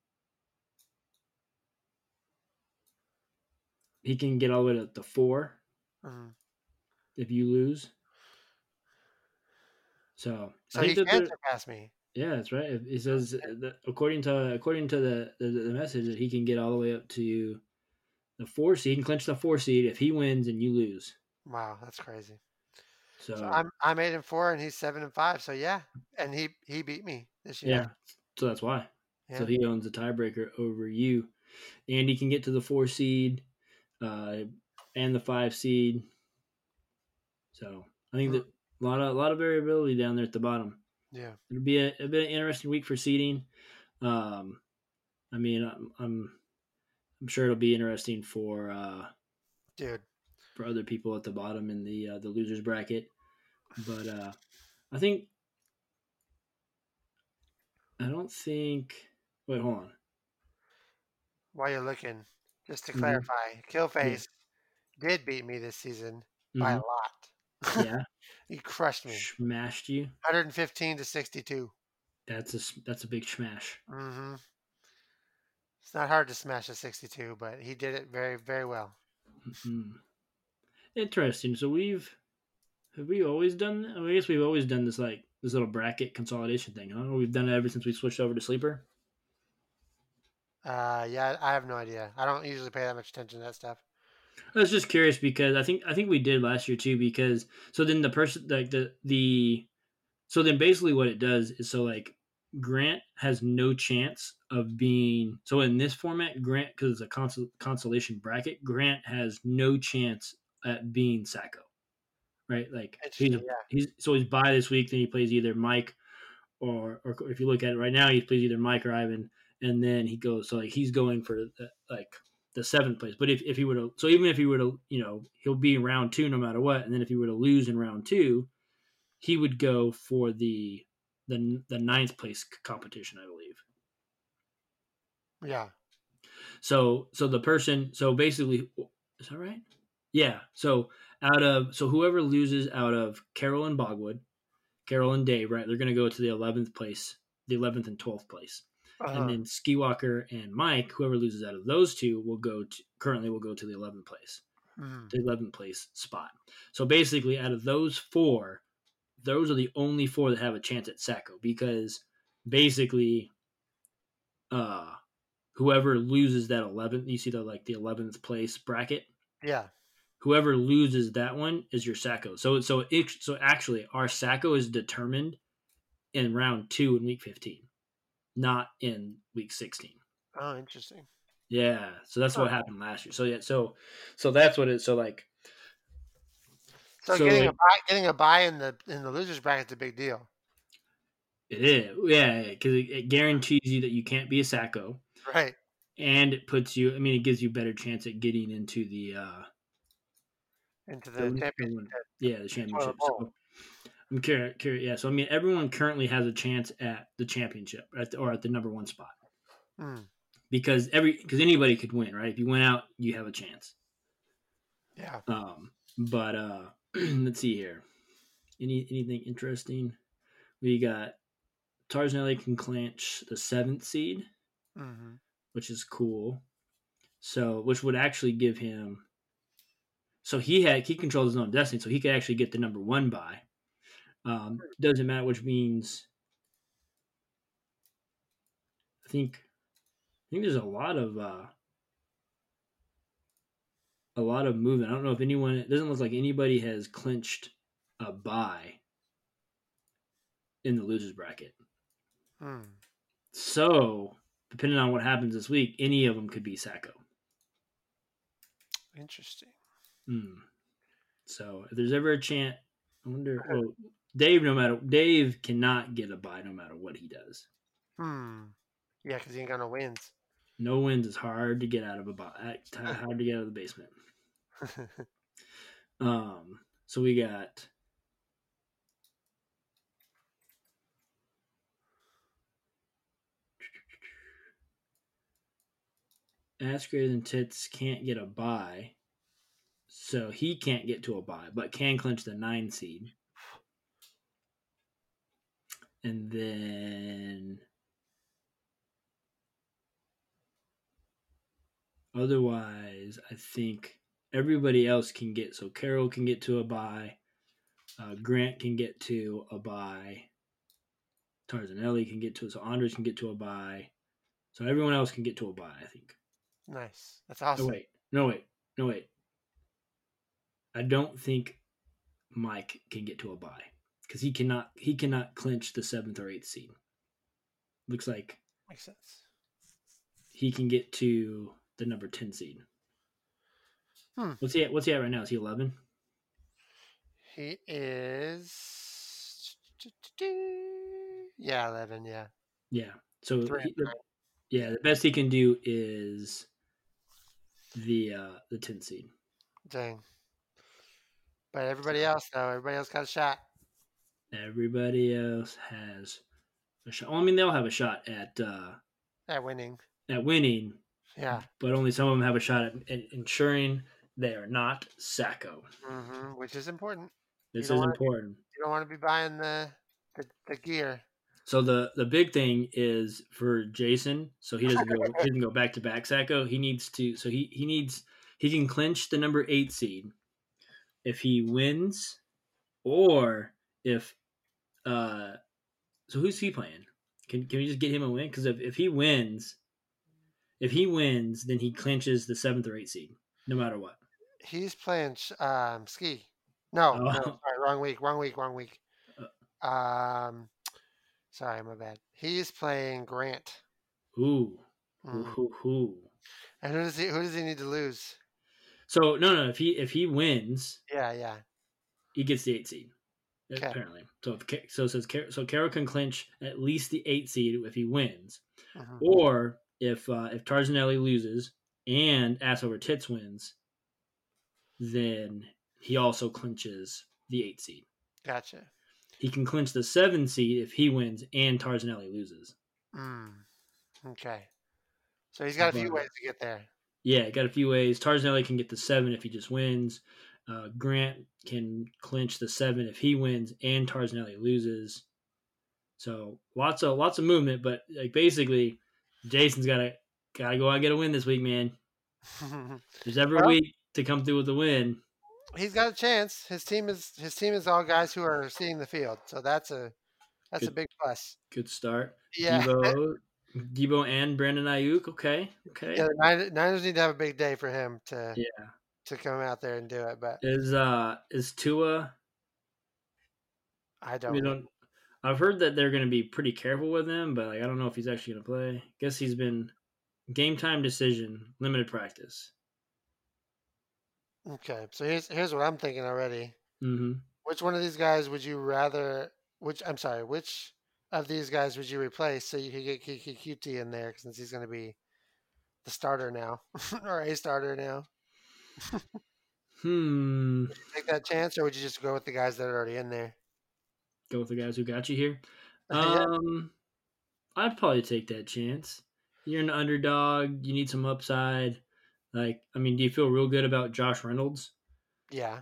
S1: he can get all the way to the four
S2: Mhm.
S1: if you lose. So,
S2: So
S1: I
S2: he
S1: think that
S2: can
S1: there-
S2: surpass me.
S1: yeah, that's right. It it says that according to according to the, the the message that he can get all the way up to the four seed and clinch the four seed if he wins and you lose.
S2: Wow, that's crazy.
S1: So,
S2: So I'm I'm eight and four, and he's seven and five. So yeah, and he he beat me this
S1: yeah,
S2: year.
S1: so that's why.
S2: Yeah.
S1: So he owns the tiebreaker over you. Andy can get to the four seed uh, and the five seed. So I think that a lot of a lot of variability down there at the bottom.
S2: Yeah.
S1: It'll be a, it'll be an interesting week for seeding. Um, I mean, I'm, I'm I'm sure it'll be interesting for uh,
S2: dude.
S1: for other people at the bottom in the uh, the losers bracket, but uh, I think I don't think. Wait, hold on.
S2: While you're looking, just to
S1: Mhm.
S2: clarify, Killface did beat me this season by a
S1: Mhm.
S2: lot.
S1: Yeah,
S2: He crushed me,
S1: smashed you.
S2: 115 to 62.
S1: That's a s- that's a big smash.
S2: hmm It's not hard to smash a 62, but he did it very very well.
S1: Mhm. Interesting. So we've have we always done? I, mean, I guess we've always done this like this little bracket consolidation thing. Huh? We've done it ever since we switched over to sleeper.
S2: Uh, yeah, I have no idea. I don't usually pay that much attention to that stuff.
S1: I was just curious because I think I think we did last year too. Because so then the person like the the so then basically what it does is so like Grant has no chance of being so in this format Grant because it's a consol- consolation bracket Grant has no chance at being Sacco, right? Like he's,
S2: Interesting.
S1: a-
S2: Yeah.
S1: he's so he's by this week. Then he plays either Mike or or if you look at it right now, he plays either Mike or Ivan, and then he goes so like he's going for the, like the seventh place. But if, if he were to so even if he were to you know he'll be in round two no matter what, and then if he were to lose in round two, he would go for the the the ninth place c- competition, I believe.
S2: Yeah.
S1: So so the person so basically is that right? Yeah. So out of so whoever loses out of Carol and Bogwood, Carol and Dave, right? They're going to go to the eleventh place, the eleventh and twelfth place,
S2: Uh-huh.
S1: and then Ski Walker and Mike, whoever loses out of those two, will go to currently will go to the eleventh place,
S2: Mhm.
S1: the eleventh place spot. So basically, out of those four, those are the only four that have a chance at Sacco because basically, uh, whoever loses that eleventh, you see the like the eleventh place bracket.
S2: Yeah.
S1: Whoever loses that one is your Sacco. So so it, so actually, our Sacco is determined in round two in week fifteen, not in week sixteen.
S2: Oh, interesting.
S1: Yeah, so that's what happened last year. So yeah, so so that's what it. So like,
S2: So,
S1: So,
S2: getting a
S1: like-
S2: buy, getting a buy in the in the losers bracket's a big deal,
S1: It is, yeah, because it, it guarantees you that you can't be a sacco,
S2: right?
S1: and it puts you. I mean, it gives you better chance at getting into the uh
S2: Into
S1: the
S2: the
S1: win-
S2: championship.
S1: win- yeah the championship.
S2: bowl.
S1: So I'm curious, curious, yeah. So I mean, everyone currently has a chance at the championship at the, or at the number one spot
S2: Mm,
S1: because every because anybody could win, right? If you went out, you have a chance.
S2: yeah.
S1: Um, but uh, let's see here. Any anything interesting? We got Tarzanelli can clinch the seventh seed.
S2: hmm
S1: which is cool. So, which would actually give him. So he had he controls his own destiny, so he could actually get the number one by. Um, doesn't matter, which means I think I think there's a lot of uh, a lot of movement. I don't know if anyone. It doesn't look like anybody has clinched a buy in the losers bracket.
S2: Mm.
S1: So depending on what happens this week, any of them could be Sacco.
S2: Interesting.
S1: Hmm. So if there's ever a chance, I wonder. Well, Dave, no matter Dave cannot get a bye no matter what he does.
S2: Hmm. Yeah, because he ain't got no wins.
S1: No wins is hard to get out of a bye. Hard to get out of the basement. Um. So we got. Ass greater than tits can't get a bye, so he can't get to a bye, but can clinch the nine seed. And then otherwise, I think everybody else can get. So Carol can get to a bye. Uh, Grant can get to a bye. Tarzanelli can get to so Andres can get to a bye. So everyone else can get to a bye. I think.
S2: nice. That's
S1: Oh
S2: awesome.
S1: wait, No wait, no wait. I don't think Mike can get to a bye because he cannot he cannot clinch the seventh or eighth seed. Looks like
S2: Makes sense.
S1: he can get to the number ten seed.
S2: Hmm.
S1: What's he at? What's he at right now? Is he eleven?
S2: He is. Yeah, 11, yeah.
S1: Yeah. So
S2: Three
S1: he-
S2: and
S1: the-
S2: nine.
S1: yeah, the best he can do is the uh the ten seed.
S2: Dang. But everybody else, though, everybody else got a shot.
S1: Everybody else has a shot. Well, I mean, they all have a shot at uh
S2: At winning.
S1: at winning,
S2: Yeah.
S1: but only some of them have a shot at, at ensuring they are not Sacco.
S2: hmm Which is important.
S1: This is
S2: know what?
S1: important.
S2: You don't want to be buying the the, the gear.
S1: So the the big thing is for Jason, so he doesn't go he doesn't go back to back Sacco. He needs to so he he needs he can clinch the number eight seed if he wins, or if uh, so who's he playing? Can can we just get him a win? Because if if he wins, if he wins, then he clinches the seventh or eighth seed, no matter what.
S2: He's playing sh- um, ski. No, no,
S1: Oh. Uh.
S2: sorry, wrong week, wrong week, wrong week. Um, sorry, my bad. He's playing Grant.
S1: Ooh, ooh,
S2: Mm.
S1: ooh, ooh.
S2: And who does he who does he need to lose?
S1: So no, no. If he if he wins,
S2: Yeah, yeah.
S1: he gets the eight seed.
S2: Okay.
S1: Apparently, so if, Ca- so says Car- so Carroll can clinch at least the eight seed if he wins,
S2: Mhm.
S1: or if uh, if Tarzanelli loses and Ass Over Tits wins, then he also clinches the eight seed.
S2: Gotcha.
S1: He can clinch the seven seed if he wins and Tarzanelli loses.
S2: Mm. Okay. So he's got a few
S1: But-
S2: ways to get there.
S1: Yeah, got a few ways. Tarzanelli can get the seven if he just wins. Uh, Grant can clinch the seven if he wins and Tarzanelli loses. So lots of lots of movement, but like basically, Jason's gotta gotta go out and get a win this week, man. There's every
S2: Well-
S1: week to come through with a win.
S2: he's got a chance. His team is his team is all guys who are seeing the field. So that's a that's a
S1: Good.
S2: big plus.
S1: Good start.
S2: Yeah.
S1: Debo, Debo and Brandon Ayuk. Okay, okay.
S2: Yeah, the Niners, Niners need to have a big day for him to
S1: Yeah.
S2: to come out there and do it, but
S1: Is uh is Tua?
S2: I
S1: We
S2: don't.
S1: don't. I've heard that they're going to be pretty careful with him, but like, I don't know if he's actually going to play. Guess he's been game time decision, limited practice.
S2: Okay, so here's here's what I'm thinking already.
S1: hmm
S2: Which one of these guys would you rather? Which I'm sorry, which of these guys would you replace so you could get Kiki QT in there since he's going to be the starter now or a starter now?
S1: Hmm.
S2: Take that chance, or would you just go with the guys that are already in there?
S1: Go with the guys who got you here.
S2: Yeah.
S1: Um, I'd probably take that chance. You're an underdog. You need some upside. Like, I mean, do you feel real good about Josh Reynolds?
S2: Yeah.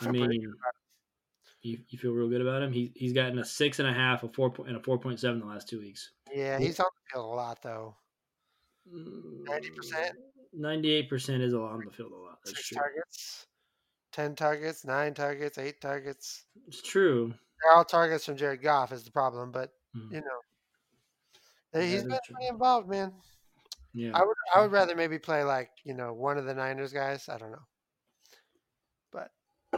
S1: I
S2: I'm pretty-
S1: mean, you, you feel real good about him. He he's gotten a six and a half, a four point, and a four point seven the last two weeks.
S2: yeah, he's on the field a lot though. 90%?
S1: Ninety-eight percent is a lot on the field. A lot. That's
S2: Six
S1: true.
S2: targets, ten targets, nine targets, eight targets.
S1: It's true.
S2: They're all targets from Jared Goff is the problem, but
S1: Mm.
S2: you know, they-
S1: Yeah,
S2: he's
S1: that's
S2: been
S1: true.
S2: pretty involved, man.
S1: Yeah.
S2: I would I would rather maybe play like you know one of the Niners guys. I don't know, but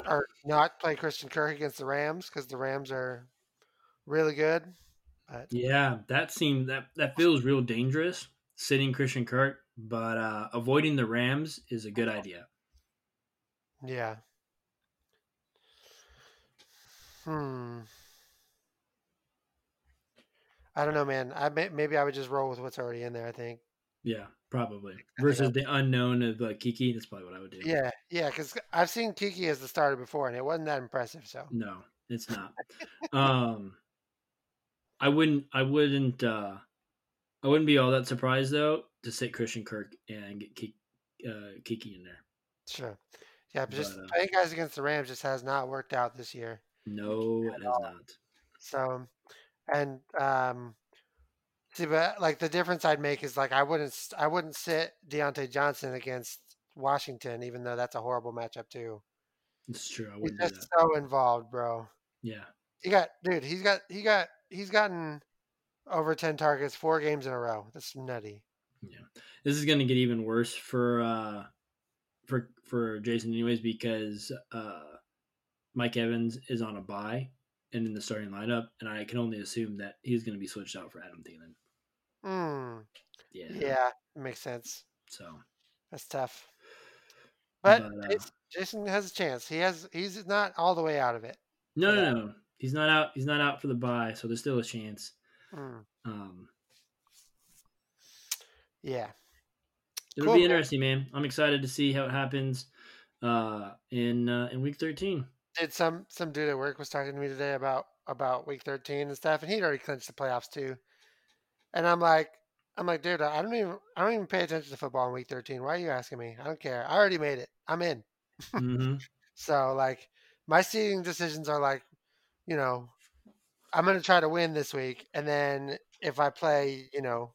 S2: or not play Christian Kirk against the Rams because the Rams are really good.
S1: yeah. That seemed that that feels real dangerous. Sitting Christian Kirk, but uh, avoiding the Rams is a good
S2: Uh-huh.
S1: idea.
S2: Yeah. Hmm. I don't know, man. I may, maybe I would just roll with what's already in there. I think.
S1: Yeah, probably versus the unknown of uh, Kiki. That's probably what I would do.
S2: Yeah, yeah, because I've seen Kiki as the starter before, and it wasn't that impressive. So
S1: No, it's not. um, I wouldn't. I wouldn't. uh I wouldn't be all that surprised though to sit Christian Kirk and get Kiki, uh, Kiki in there.
S2: sure. Yeah, but just
S1: But, uh,
S2: playing guys against the Rams just has not worked out this year.
S1: No, it is not.
S2: So, and um, see, but like the difference I'd make is like I wouldn't s- I wouldn't sit Deontay Johnson against Washington, even though that's a horrible matchup too.
S1: It's true. I
S2: He's
S1: wouldn't do
S2: just
S1: that.
S2: so involved, bro.
S1: Yeah.
S2: He got dude. He's got he got he's gotten over ten targets four games in a row. That's nutty.
S1: This is going to get even worse for uh, for for Jason, anyways, because uh, Mike Evans is on a bye and in the starting lineup, and I can only assume that he's going to be switched out for Adam Thielen.
S2: Mm,
S1: Yeah.
S2: yeah, makes sense.
S1: So
S2: That's tough. But,
S1: But, uh,
S2: Jason- Jason has a chance. He has. He's not all the way out of it.
S1: no,
S2: Yeah.
S1: no, no, he's not out. He's not out for the bye, so there's still a chance.
S2: Mm,
S1: Um,
S2: yeah.
S1: it'll
S2: Cool,
S1: be
S2: man.
S1: interesting, man. I'm excited to see how it happens uh, in uh, in week 13.
S2: Did some some dude at work was talking to me today about about week thirteen and stuff, and he'd already clinched the playoffs too. And I'm like, I'm like, dude, I don't even I don't even pay attention to football in week thirteen. Why are you asking me? I don't care. I already made it. I'm in.
S1: hmm
S2: So like my seating decisions are like, you know, I'm gonna try to win this week, and then if I play, you know,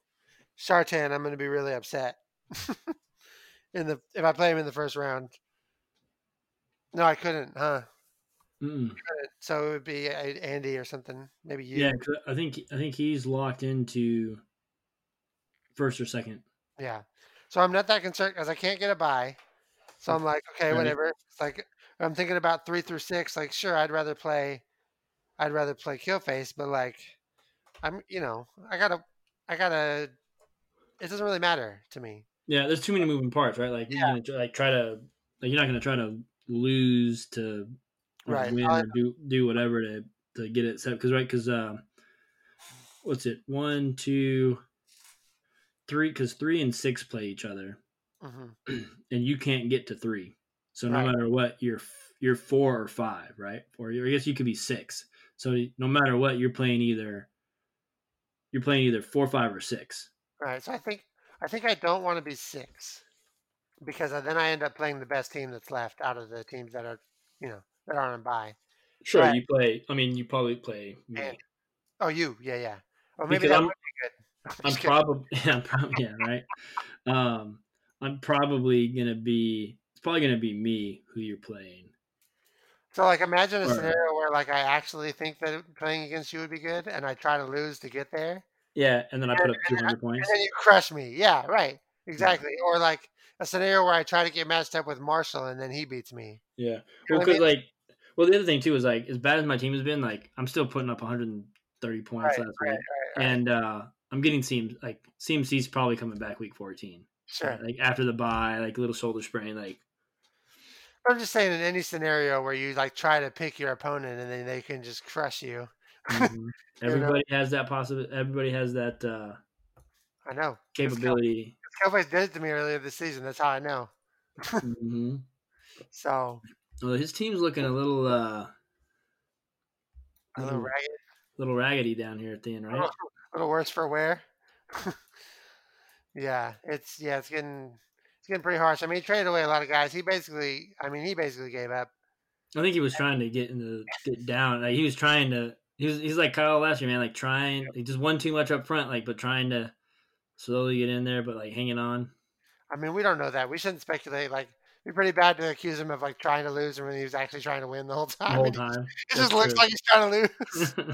S2: Chartan, I'm gonna be really upset. in the if I play him in the first round. No, I couldn't, huh?
S1: Mm-mm.
S2: So it would be uh, Andy or something, maybe you.
S1: Yeah, 'cause I think I think he's locked into first or second.
S2: Yeah. So I'm not that concerned because I can't get a buy. So I'm like, okay,
S1: Right.
S2: whatever. It's like I'm thinking about three through six. Like, sure, I'd rather play, I'd rather play Killface, but like, I'm, you know, I gotta, I gotta. It doesn't really matter to me.
S1: Yeah, there's too many moving parts, right? Like
S2: Yeah.
S1: you're gonna tr- like try to like you're not gonna try to lose to or
S2: Right.
S1: win
S2: I-
S1: or do do whatever to to get it set because right because um what's it one two three because three and six play each other
S2: Mhm.
S1: and you can't get to three so no
S2: Right.
S1: matter what you're f- you're four or five right or you're, I guess you could be six so no matter what you're playing either you're playing either four five or six
S2: Right. So I think, I think I don't want to be six, because I- then I end up playing the best team that's left out of the teams that are, you know, that aren't on buy.
S1: sure
S2: Right.
S1: you play I mean you probably play me.
S2: Yeah. Oh, you? Yeah, yeah. Or maybe
S1: because
S2: that
S1: I'm,
S2: would be good.
S1: I'm
S2: Just kidding.
S1: probably I'm prob- yeah right. Um, I'm probably gonna be it's probably gonna be me who you're playing.
S2: So like imagine a
S1: Right.
S2: scenario where like I actually think that playing against you would be good and I try to lose to get there.
S1: Yeah, and then I put up 200
S2: And
S1: points.
S2: then you crush me. Yeah, right. Exactly. Or like a scenario where I try to get matched up with Marshall and then he beats me.
S1: Yeah,
S2: You
S1: well,
S2: know what I
S1: because
S2: mean?
S1: like, well, the other thing too is like, as bad as my team has been, like, I'm still putting up 130 points
S2: Right,
S1: last
S2: right,
S1: week,
S2: right, right.
S1: and uh I'm getting seems like CMC's probably coming back week 14.
S2: Sure.
S1: Like after the bye, like little shoulder sprain, like
S2: But I'm just saying in any scenario where you like try to pick your opponent and then they can just crush you.
S1: mhm. everybody has that possibility. Everybody has that uh
S2: I know.
S1: capability.
S2: Cowboys did it to me earlier this season. That's how I know.
S1: hmm
S2: So
S1: Well, his team's looking a little uh
S2: a little Oh,
S1: Mhm.
S2: ragged,
S1: little raggedy down here at the end,
S2: a little,
S1: right?
S2: a little worse for wear. Yeah, it's yeah, it's getting it's getting pretty harsh. I mean, he traded away a lot of guys. He basically, I mean, he basically gave up.
S1: I think he was trying to get into get down. Like he was trying to he was he's like Kyle last year, man, like trying like just one too much up front, like but trying to slowly get in there but like hanging on.
S2: I mean, we don't know that. We shouldn't speculate. Like, it'd be pretty bad to accuse him of like trying to lose when he was actually trying to win the whole
S1: The
S2: time.
S1: whole
S2: And
S1: time.
S2: it just
S1: that's
S2: looks
S1: true.
S2: like he's trying to lose.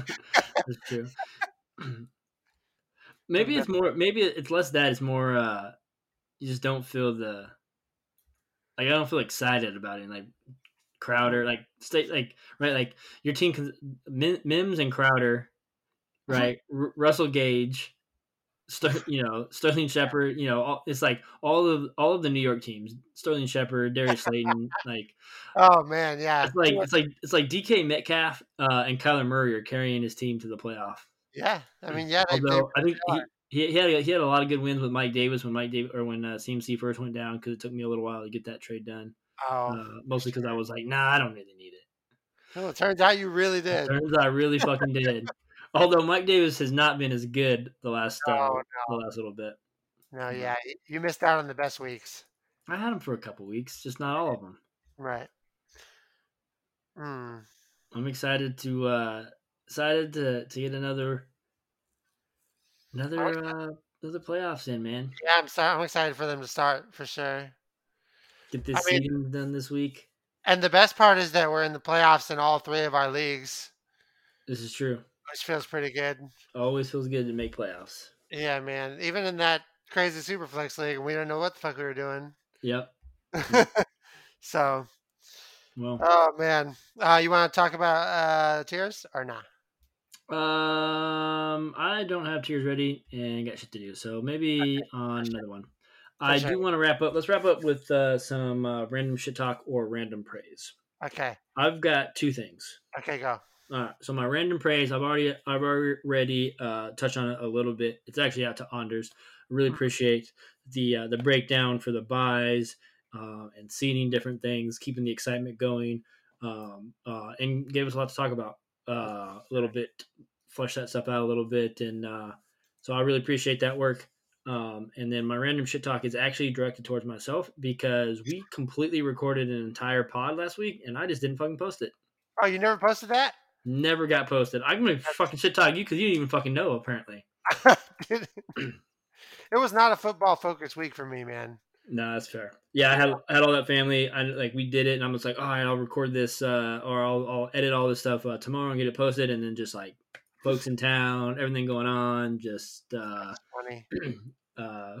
S1: That's true. Maybe it's more maybe it's less that, it's more uh you just don't feel the like I don't feel excited about it. Like Crowder, like state, like right, like your team, cons- Mim- Mims and Crowder, right? R- Russell Gage, Ster- you know Sterling Shepard, you know all, it's like all of all of the New York teams: Sterling Shepard, Darius Slayton. Like
S2: oh man, yeah,
S1: it's like it's like it's like DK Metcalf uh, and Kyler Murray are carrying his team to the playoff.
S2: yeah. I mean, yeah. They, they,
S1: Although I think he. He he had, a, he had a lot of good wins with Mike Davis when Mike Davis or when uh, CMC first went down because it took me a little while to get that trade done.
S2: oh,
S1: Uh, mostly because I was like, nah, I don't really need it.
S2: well, it turns out you really did.
S1: Turns out I really fucking did. Although Mike Davis has not been as good the last uh,
S2: Oh
S1: the last little bit.
S2: no,
S1: no.
S2: yeah, y- you missed out on the best weeks,
S1: I had him for a couple weeks, just not all of them.
S2: right? Hmm.
S1: I'm excited to uh excited to to get another another uh another playoffs in, man.
S2: Yeah, I'm sorry. I'm excited for them to start for sure.
S1: Get this
S2: I mean-
S1: season done this week.
S2: And the best part is that we're in the playoffs in all three of our leagues,
S1: This is true.
S2: which feels pretty good.
S1: Always feels good to make playoffs.
S2: Yeah, man. Even in that crazy Superflex League, and we don't know what the fuck we were doing.
S1: Yep.
S2: so,
S1: Well,
S2: oh man, uh, you want to talk about uh, tiers or not? Uh,
S1: um, I don't have tears ready and got shit to do, so maybe on another one. I
S2: That's
S1: do want to wrap up. Let's wrap up with uh, some uh, random shit talk or random praise.
S2: Okay,
S1: I've got two things.
S2: okay, go.
S1: All right, so my random praise, I've already, I've already uh, touched on it a little bit. It's actually out to Anders. I really
S2: Mhm.
S1: appreciate the uh, the breakdown for the buys uh, and seeding different things, keeping the excitement going, um, uh, and gave us a lot to talk about. Uh, a little bit, flush that stuff out a little bit, and uh, so I really appreciate that work. Um, and then my random shit talk is actually directed towards myself because we completely recorded an entire pod last week, and I just didn't fucking post it.
S2: Oh, you never posted that?
S1: Never got posted. I'm gonna fucking shit talk you because you didn't even fucking know apparently.
S2: Dude, it was not a football focused week for me, man.
S1: No, that's fair. Yeah, I had I had all that family. I like we did it, and I was like, all right, I'll record this uh, or I'll I'll edit all this stuff uh, tomorrow and get it posted, and then just like folks in town, everything going on, just uh,
S2: Funny.
S1: uh,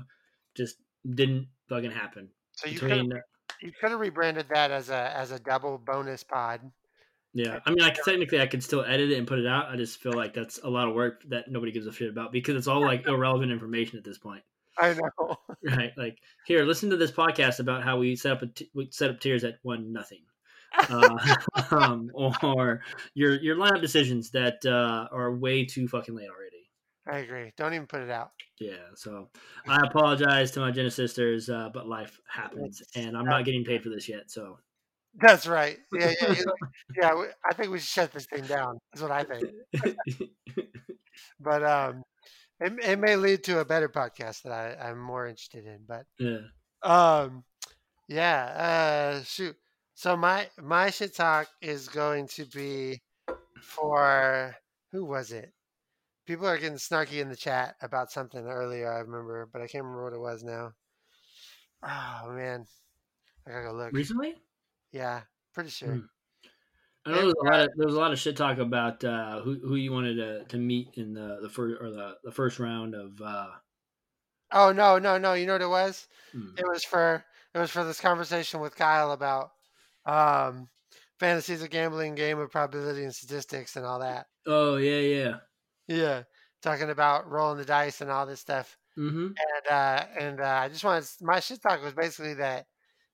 S1: just didn't fucking happen.
S2: So you could
S1: Between
S2: you could have rebranded that as a as a double bonus pod.
S1: yeah, I mean, I could, technically I could still edit it and put it out. I just feel like that's a lot of work that nobody gives a shit about because it's all like irrelevant information at this point.
S2: I know.
S1: Right, like here, listen to this podcast about how we set up a t- we set up tiers at one nothing, uh, um, or your your lineup decisions that uh, are way too fucking late already.
S2: I agree. Don't even put it out.
S1: Yeah, so I apologize to my Genesis sisters, uh, but life happens, and I'm not getting paid for this yet. So
S2: That's right. Yeah, yeah, you're like, yeah. we- I think we should shut this thing down. Is what I think. But um, it, it may lead to a better podcast that I, I'm more interested in. But
S1: yeah,
S2: um, yeah. Uh, shoot. So my my shit talk is going to be for who was it? People are getting snarky in the chat about something earlier. I remember, but I can't remember what it was now. Oh man, I gotta go look.
S1: recently
S2: Yeah, pretty sure.
S1: Hmm. I know there was a lot of there was a lot of shit talk about uh, who who you wanted to, to meet in the the first or the, the first round of uh,
S2: Oh no, no, no! You know what it was?
S1: hmm,
S2: It was for it was for this conversation with Kyle about um, fantasies of gambling, game of probability and statistics, and all that.
S1: oh yeah yeah
S2: Yeah, talking about rolling the dice and all this stuff.
S1: mm-hmm.
S2: And uh, and uh, I just wanted my shit talk was basically that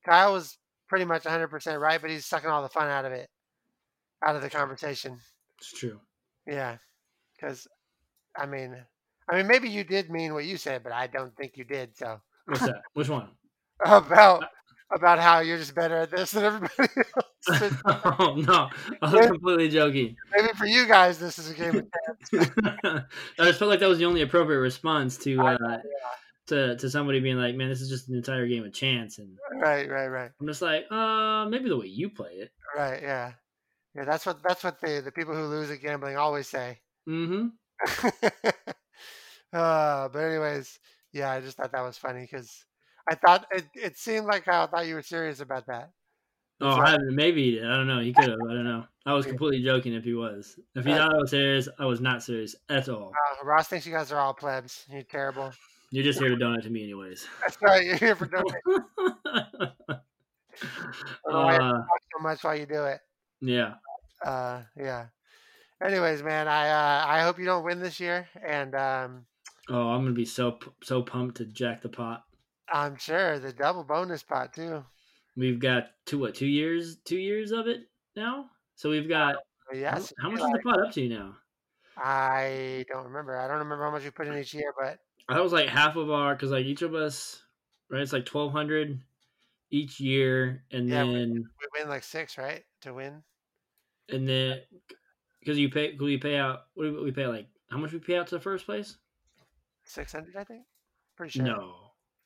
S2: Kyle was pretty much 100 percent right, but he's sucking all the fun out of it, out of the conversation.
S1: It's true.
S2: Yeah, because I mean, I mean, maybe you did mean what you said, but I don't think you did. So.
S1: What's that? Which one?
S2: about about how you're just better at this than everybody else. But
S1: oh no, I was completely joking.
S2: maybe for you guys, this is a game. Of
S1: I just felt like that was the only appropriate response to
S2: I
S1: uh, to to somebody being like, "Man, this is just an entire game of chance," and
S2: right, right, right,
S1: I'm just like, "Uh, maybe the way you play it."
S2: right. Yeah, yeah. That's what that's what the the people who lose at gambling always say.
S1: Mm-hmm.
S2: uh, but anyways, yeah, I just thought that was funny because I thought it it seemed like I thought you were serious about that.
S1: Oh,
S2: Sorry.
S1: I, maybe he did. I don't know. He could have. I don't know. I was
S2: Yeah.
S1: completely joking. If he was, if he
S2: Uh,
S1: thought I was serious, I was not serious at all.
S2: Uh, Ross thinks you guys are all plebs. You're terrible.
S1: You're just here to donate to me, anyways.
S2: That's right. You're here for doing
S1: uh,
S2: so much while you do it.
S1: yeah.
S2: uh yeah anyways man i uh i hope you don't win this year and um
S1: Oh, I'm gonna be so p- so pumped to jack the pot.
S2: i'm sure the double bonus pot too
S1: We've got two what two years two years of it now. So we've got
S2: But
S1: how-
S2: yes
S1: how,
S2: it'd
S1: much
S2: be
S1: is the
S2: like-
S1: pot up to now?
S2: i don't remember i don't remember how much we put in each year but
S1: That was like half of our because like each of us, right? It's like twelve hundred each year, and
S2: Yeah, we-
S1: then
S2: we win like six right to win
S1: and then because you pay 'cause we pay out what do we pay like how much we pay out to the first place?
S2: 600 i think pretty sure
S1: No,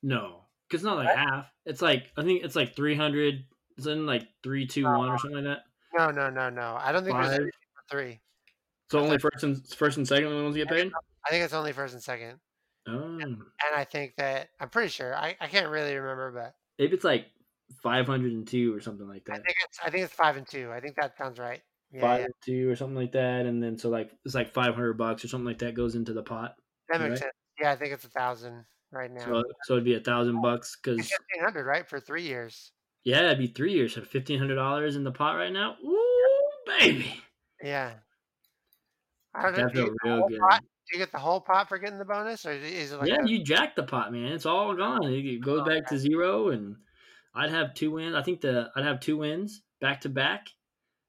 S1: no, because not like
S2: What?
S1: half. It's like I think it's like three hundred. It's in like three two one
S2: Oh.
S1: or something like that.
S2: no no no no i don't think there's
S1: Five.
S2: anything for three
S1: So only first and first and second ones get paid.
S2: i think it's only first and second
S1: Oh.
S2: and i think that i'm pretty sure i, I can't really remember but
S1: Maybe it's like 502 or something like
S2: i
S1: that.
S2: think it's i think it's five and two i think that sounds right yeah, yeah.
S1: 502 or something like that. And then so like it's like 500 bucks or something like that goes into the pot.
S2: that makes
S1: right?
S2: sense yeah i think it's a thousand right now.
S1: So, so it'd be a thousand bucks because
S2: Fifteen hundred, right, for three years.
S1: yeah, it'd be three years. So fifteen hundred dollars in the pot right now. Ooh, baby,
S2: Yeah. I don't know.
S1: that
S2: Do you,
S1: felt
S2: get the
S1: real
S2: whole
S1: good.
S2: pot? do you get the whole pot for getting the bonus, or is it like
S1: yeah,
S2: a-
S1: you jack the pot, man. It's all gone. It it
S2: Oh,
S1: goes back to zero, and I'd have two wins. I think the I'd have two wins back to back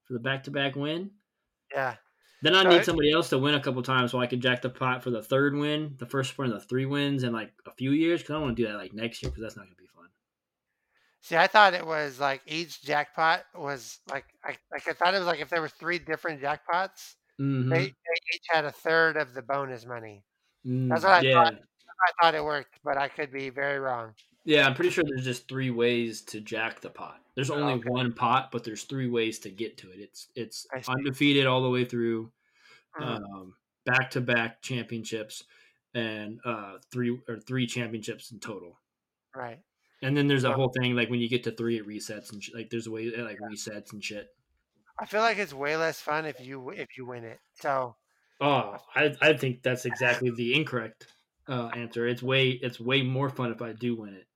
S1: for the back to back win.
S2: yeah?
S1: Then I
S2: So
S1: need
S2: it-
S1: somebody else to win a couple times so I could jack the pot for the third win, the first one of the three wins in like a few years. Because I want to do that like next year because that's not gonna be fun.
S2: See, I thought it was like each jackpot was like I, like I thought it was like if there were three different jackpots,
S1: Mhm.
S2: they, they each had a third of the bonus money.
S1: Mm,
S2: That's what I
S1: yeah,
S2: thought. I thought it worked, but I could be very wrong.
S1: yeah. I'm pretty sure there's just three ways to jack the pot. There's only
S2: okay.
S1: one pot, but there's three ways to get to it. It's it's
S2: I see.
S1: undefeated all the way through.
S2: Mm,
S1: um, back-to-back championships and uh, three or three championships in total.
S2: right.
S1: And then there's a
S2: Wow.
S1: whole thing like when you get to three, it resets and sh- like there's a way it like resets and shit.
S2: I feel like it's way less fun if you if you win it. So
S1: Oh, I I think that's exactly the incorrect uh, answer. It's way it's way more fun if I do win it.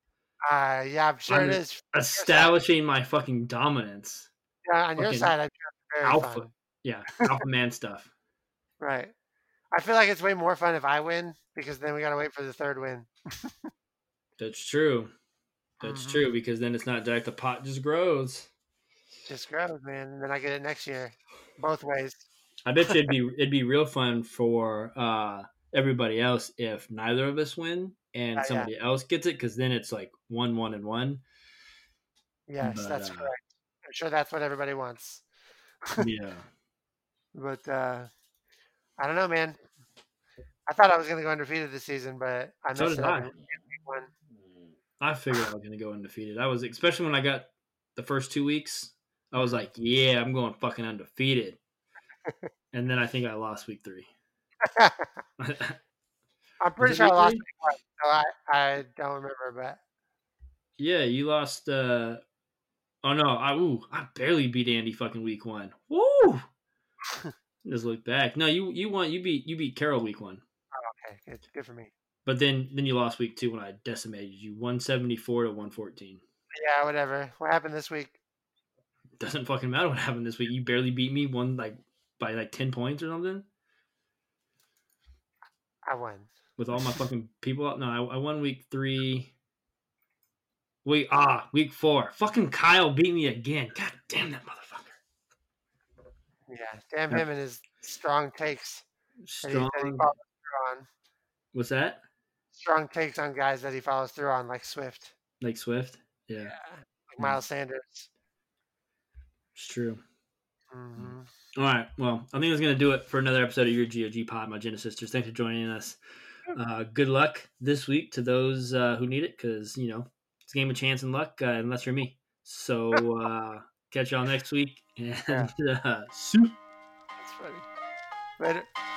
S2: uh, yeah, I'm sure
S1: I'm
S2: it is.
S1: Establishing my fucking dominance,
S2: Yeah, on your
S1: fucking
S2: side, I'm sure it's very
S1: alpha,
S2: fun.
S1: yeah, alpha man stuff.
S2: Right. I feel like it's way more fun if I win because then we gotta wait for the third win.
S1: That's true. That's
S2: Mhm.
S1: true because then it's not jack. The pot just grows.
S2: Just grows, man, and then I get it next year, both ways.
S1: I bet you it'd be it'd be real fun for uh, everybody else if neither of us win and
S2: Yeah, yeah.
S1: somebody else gets it because then it's like one one and one.
S2: Yes,
S1: But,
S2: that's
S1: uh,
S2: correct. I'm sure that's what everybody wants.
S1: yeah,
S2: But uh, I don't know, man. I thought I was gonna go undefeated this season, but I
S1: So
S2: messed
S1: did
S2: it up.
S1: I.
S2: in week One.
S1: I figured I was gonna go undefeated. I was especially when I got the first two weeks. I was like, yeah, I'm going fucking undefeated. and then I think I lost week three.
S2: I'm pretty
S1: it
S2: sure I
S1: week
S2: lost.
S1: three?
S2: Week one, so I I don't remember, but
S1: yeah, you lost. Uh, oh no, I ooh, I barely beat Andy fucking week one. Woo! Just look back. No, you you won. You beat you beat Carol week one.
S2: okay, good, good for me.
S1: But then then you lost week two when I decimated you 174 to 114.
S2: Yeah, whatever. What happened this week?
S1: Doesn't fucking matter what happened this week. You barely beat me one like by like 10 points or something
S2: I won.
S1: with all my fucking people out. No, I, I won week three. Week ah, week four. Fucking Kyle beat me again. God damn that motherfucker.
S2: Yeah, damn
S1: Yeah.
S2: him and his strong takes. that he- that he
S1: Strong.
S2: follows through on.
S1: What's that?
S2: Strong takes on guys that he follows through on, like Swift,
S1: Like Swift? Yeah, Mm.
S2: like Miles Sanders.
S1: it's true. Mm.
S2: hmm
S1: All right. Well, I think that's going to do it for another episode of your GOG Pod, my Genesis sisters. Thanks for joining us. Uh, good luck this week to those uh, who need it because, you know, it's a game of chance and luck, uh, unless you're me. So uh, catch y'all next week and uh, see.
S2: That's funny. Later.